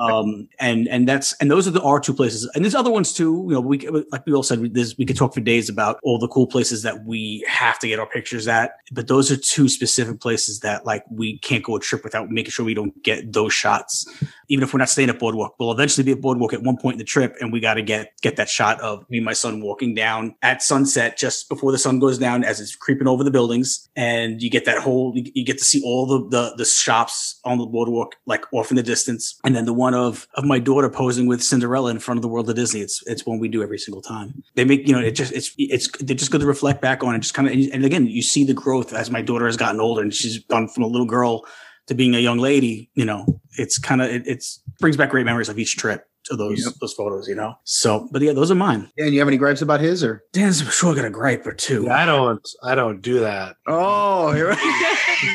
S1: um, and and that's and those are the our two places. And there's other ones too. You know, we like we all said, we- there's, we could talk for days about all the cool places that we have to get our pictures at. But those are two specific places that like we can't go a trip without making sure we don't get those shots even if we're not staying at boardwalk we'll eventually be at boardwalk at one point in the trip and we got to get get that shot of me and my son walking down at sunset just before the sun goes down as it's creeping over the buildings and you get that whole you, you get to see all the, the the shops on the boardwalk like off in the distance and then the one of of my daughter posing with cinderella in front of the world of disney it's it's one we do every single time they make you know it just it's it's they're just good to reflect back on and just kind of and again you see the growth as my daughter has gotten older and she's gone from a little girl to being a young lady, you know, it's kind of it, it's brings back great memories of each trip to those
S5: Yep.
S1: those photos, you know. So, but yeah, those are mine.
S5: Dan, you have any gripes about his or?
S1: Dan's sure got a gripe or two.
S4: I don't. I don't do that.
S5: Oh, here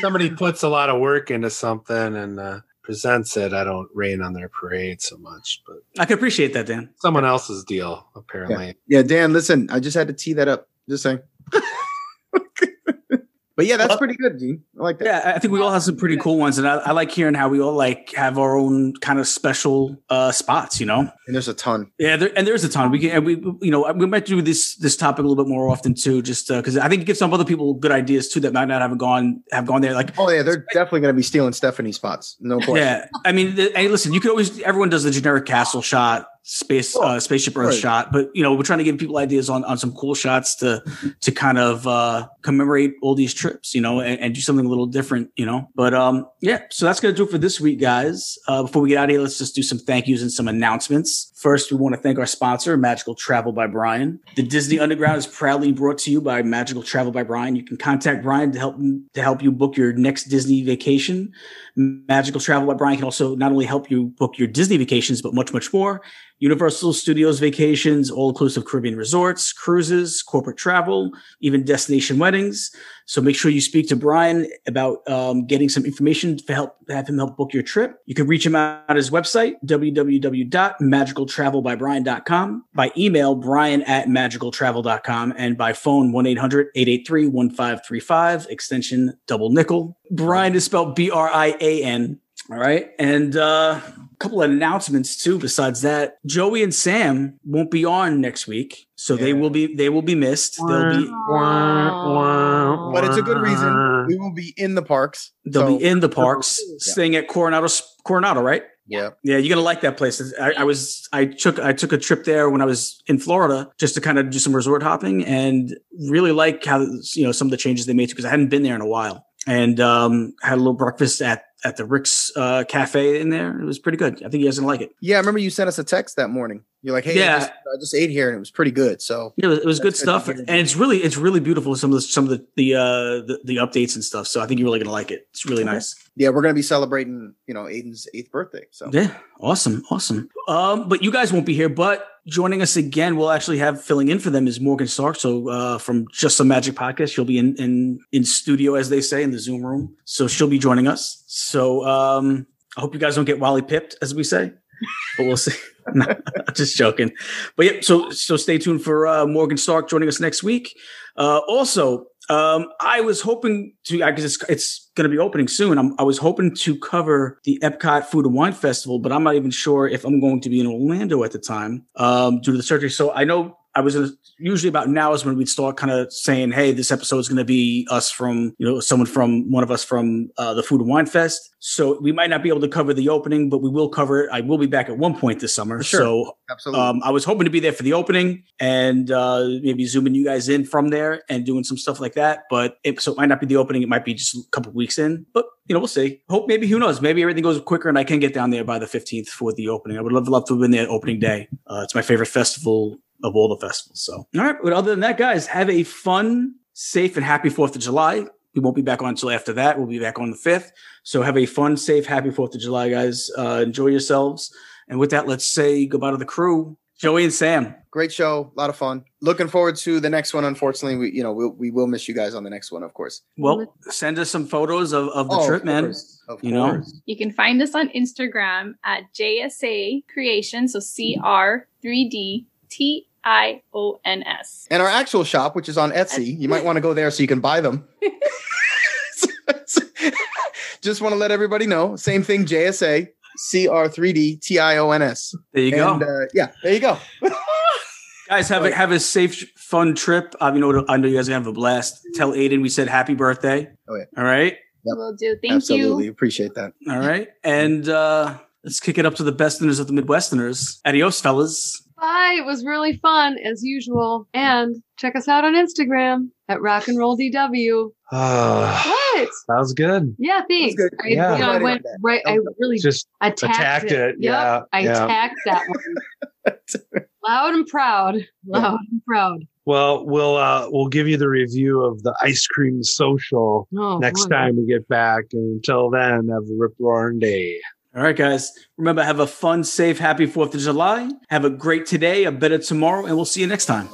S4: Somebody puts a lot of work into something and uh, presents it. I don't rain on their parade so much, but
S1: I can appreciate that, Dan.
S4: someone else's deal apparently.
S5: Yeah, Dan, listen, I just had to tee that up. Just saying. but yeah, that's pretty good, Gene. I like that.
S1: Yeah, I- I think we all have some pretty cool ones, and I, I like hearing how we all like have our own kind of special uh spots, you know.
S5: And there's a ton.
S1: Yeah, there, and there's a ton. We can, and we, you know, we might do this this topic a little bit more often too, just because I think it gives some other people good ideas too that might not have gone have gone there. Like
S5: Oh yeah, they're definitely going to be stealing Stephanie's spots. No question.
S1: Yeah, I mean, the, hey, listen, you could always everyone does the generic castle shot, space uh, spaceship Earth
S5: right.
S1: shot, but you know we're trying to give people ideas on on some cool shots to to kind of uh, commemorate all these trips, you know, and, and do something a little different, you know. But um, yeah, so that's gonna do it for this week, guys. Uh, before we get out of here, let's just do some thank yous and some announcements. First, we want to thank our sponsor, Magical Travel by Brian. The Disney Underground is proudly brought to you by Magical Travel by Brian. You can contact Brian to help to help you book your next Disney vacation. Magical Travel by Brian can also not only help you book your Disney vacations, but much, much more. Universal Studios vacations, all inclusive Caribbean resorts, cruises, corporate travel, even destination weddings. So make sure you speak to Brian about um, getting some information to help have him help book your trip. You can reach him out at his website, www.magicaltravelbybrian.com, by email, brian at magicaltravel.com, and by phone, 1 800 883 1535, extension double nickel. Brian is spelled B R I A N. All right. And uh, A couple of announcements too. Besides that, Joey and Sam won't be on next week, so they
S4: Yeah.
S1: will be they will be missed. They'll be
S5: But it's a good reason. We will be in the parks.
S1: they'll
S5: so-
S1: be in the parks,
S5: Yeah.
S1: staying at Coronado S- Coronado, right?
S5: Yeah.
S1: Yeah, you're gonna like that place. I, I was I took I took a trip there when I was in Florida just to kind of do some resort hopping and really like how you know some of the changes they made because I hadn't been there in a while and um, had a little breakfast at at the Rick's uh, Cafe in there. It was pretty good. I think you guys gonna like it.
S5: Yeah, I remember you sent us a text that morning. You're like, hey,
S1: Yeah.
S5: I, just, I just ate here and it was pretty good. So
S1: Yeah, it was, it was good
S5: That's good to
S1: stuff,
S5: hear.
S1: and it's really it's really beautiful. Some of the some of the the, uh, the the updates and stuff. So I think you're really gonna like it. It's really
S5: Okay.
S1: nice.
S5: yeah, we're gonna be celebrating, you know, Aiden's eighth birthday. So
S1: Yeah, awesome, awesome. Um, but you guys won't be here. But joining us again, we'll actually have filling in for them is Morgan Stark. So uh, from Just Some Magic podcast, she'll be in in in studio, as they say, in the Zoom room. So she'll be joining us. So um, I hope you guys don't get Wally pipped, as we say. But we'll see. No, just joking. But yep. So so stay tuned for uh, Morgan Stark joining us next week. Uh, also. Um, I was hoping to, I guess it's, it's going to be opening soon. I'm, I was hoping to cover the Epcot Food and Wine Festival, but I'm not even sure if I'm going to be in Orlando at the time, um, due to the surgery. So I know I was gonna, usually about now is when we'd start kind of saying, Hey, this episode is going to be us from, you know, someone from one of us from, uh, the Food and Wine Fest. So we might not be able to cover the opening, but we will cover it. I will be back at one point this summer.
S5: Sure.
S1: So
S5: absolutely.
S1: um, I was hoping to be there for the opening and uh, maybe zooming you guys in from there and doing some stuff like that. But it, so it might not be the opening. It might be just a couple weeks in. But you know, we'll see. Hope maybe who knows? Maybe everything goes quicker and I can get down there by the fifteenth for the opening. I would love love to have been there opening day. Uh, it's my favorite festival of all the festivals. So all right. But other than that, guys, have a fun, safe, and happy Fourth of July. We won't be back on until after that. We'll be back on the fifth. So have a fun, safe, happy Fourth of July, guys. Uh, enjoy yourselves. And with that, let's say goodbye to the crew, Joey and Sam.
S5: Great show, a lot of fun. Looking forward to the next one. Unfortunately, we you know we'll, we will miss you guys on the next one, of course.
S1: Well, send us some photos of, of the
S5: Oh, of
S1: trip, man.
S5: course, Of
S1: You know?
S5: course.
S6: You can find us on Instagram at JSA Creation, so C R 3D T I O N S.
S5: And our actual shop, which is on Etsy, you might want to go there so you can buy them. Just want to let everybody know. Same thing, JSA, CR3DTIONS.
S1: There you go,
S5: And uh, yeah, there you go.
S1: guys. Have a, have a safe, fun trip. I mean, I know- I know you guys are gonna have a blast. Tell Aiden we said happy birthday.
S5: Oh, yeah.
S1: All right,
S5: Yep.
S6: Will do. Thank
S5: Absolutely
S6: you.
S5: appreciate that.
S1: all right, and uh, let's kick it up to the Westerners of the Midwesterners. Adios, fellas.
S3: Bye. It was really fun as usual. And check us out on Instagram at Rock and Roll DW.
S4: Ah,
S3: What?
S4: that was good.
S3: Yeah, thanks.
S5: good.
S3: I,
S4: Yeah.
S3: you know, I
S5: Right
S3: went
S5: about that.
S3: right. I really
S4: Just
S3: attacked,
S4: attacked it.
S3: Yep,
S4: Yeah.
S3: I
S4: yeah.
S3: attacked that one. Loud and proud. Loud and proud.
S4: well, we'll uh, we'll give you the review of the ice cream social
S3: Oh,
S4: next
S3: boy.
S4: time we get back. And until then, have a rip roaring day.
S1: All right, guys. Remember, have a fun, safe, happy Fourth of July. Have a great today, a better tomorrow, and we'll see you next time.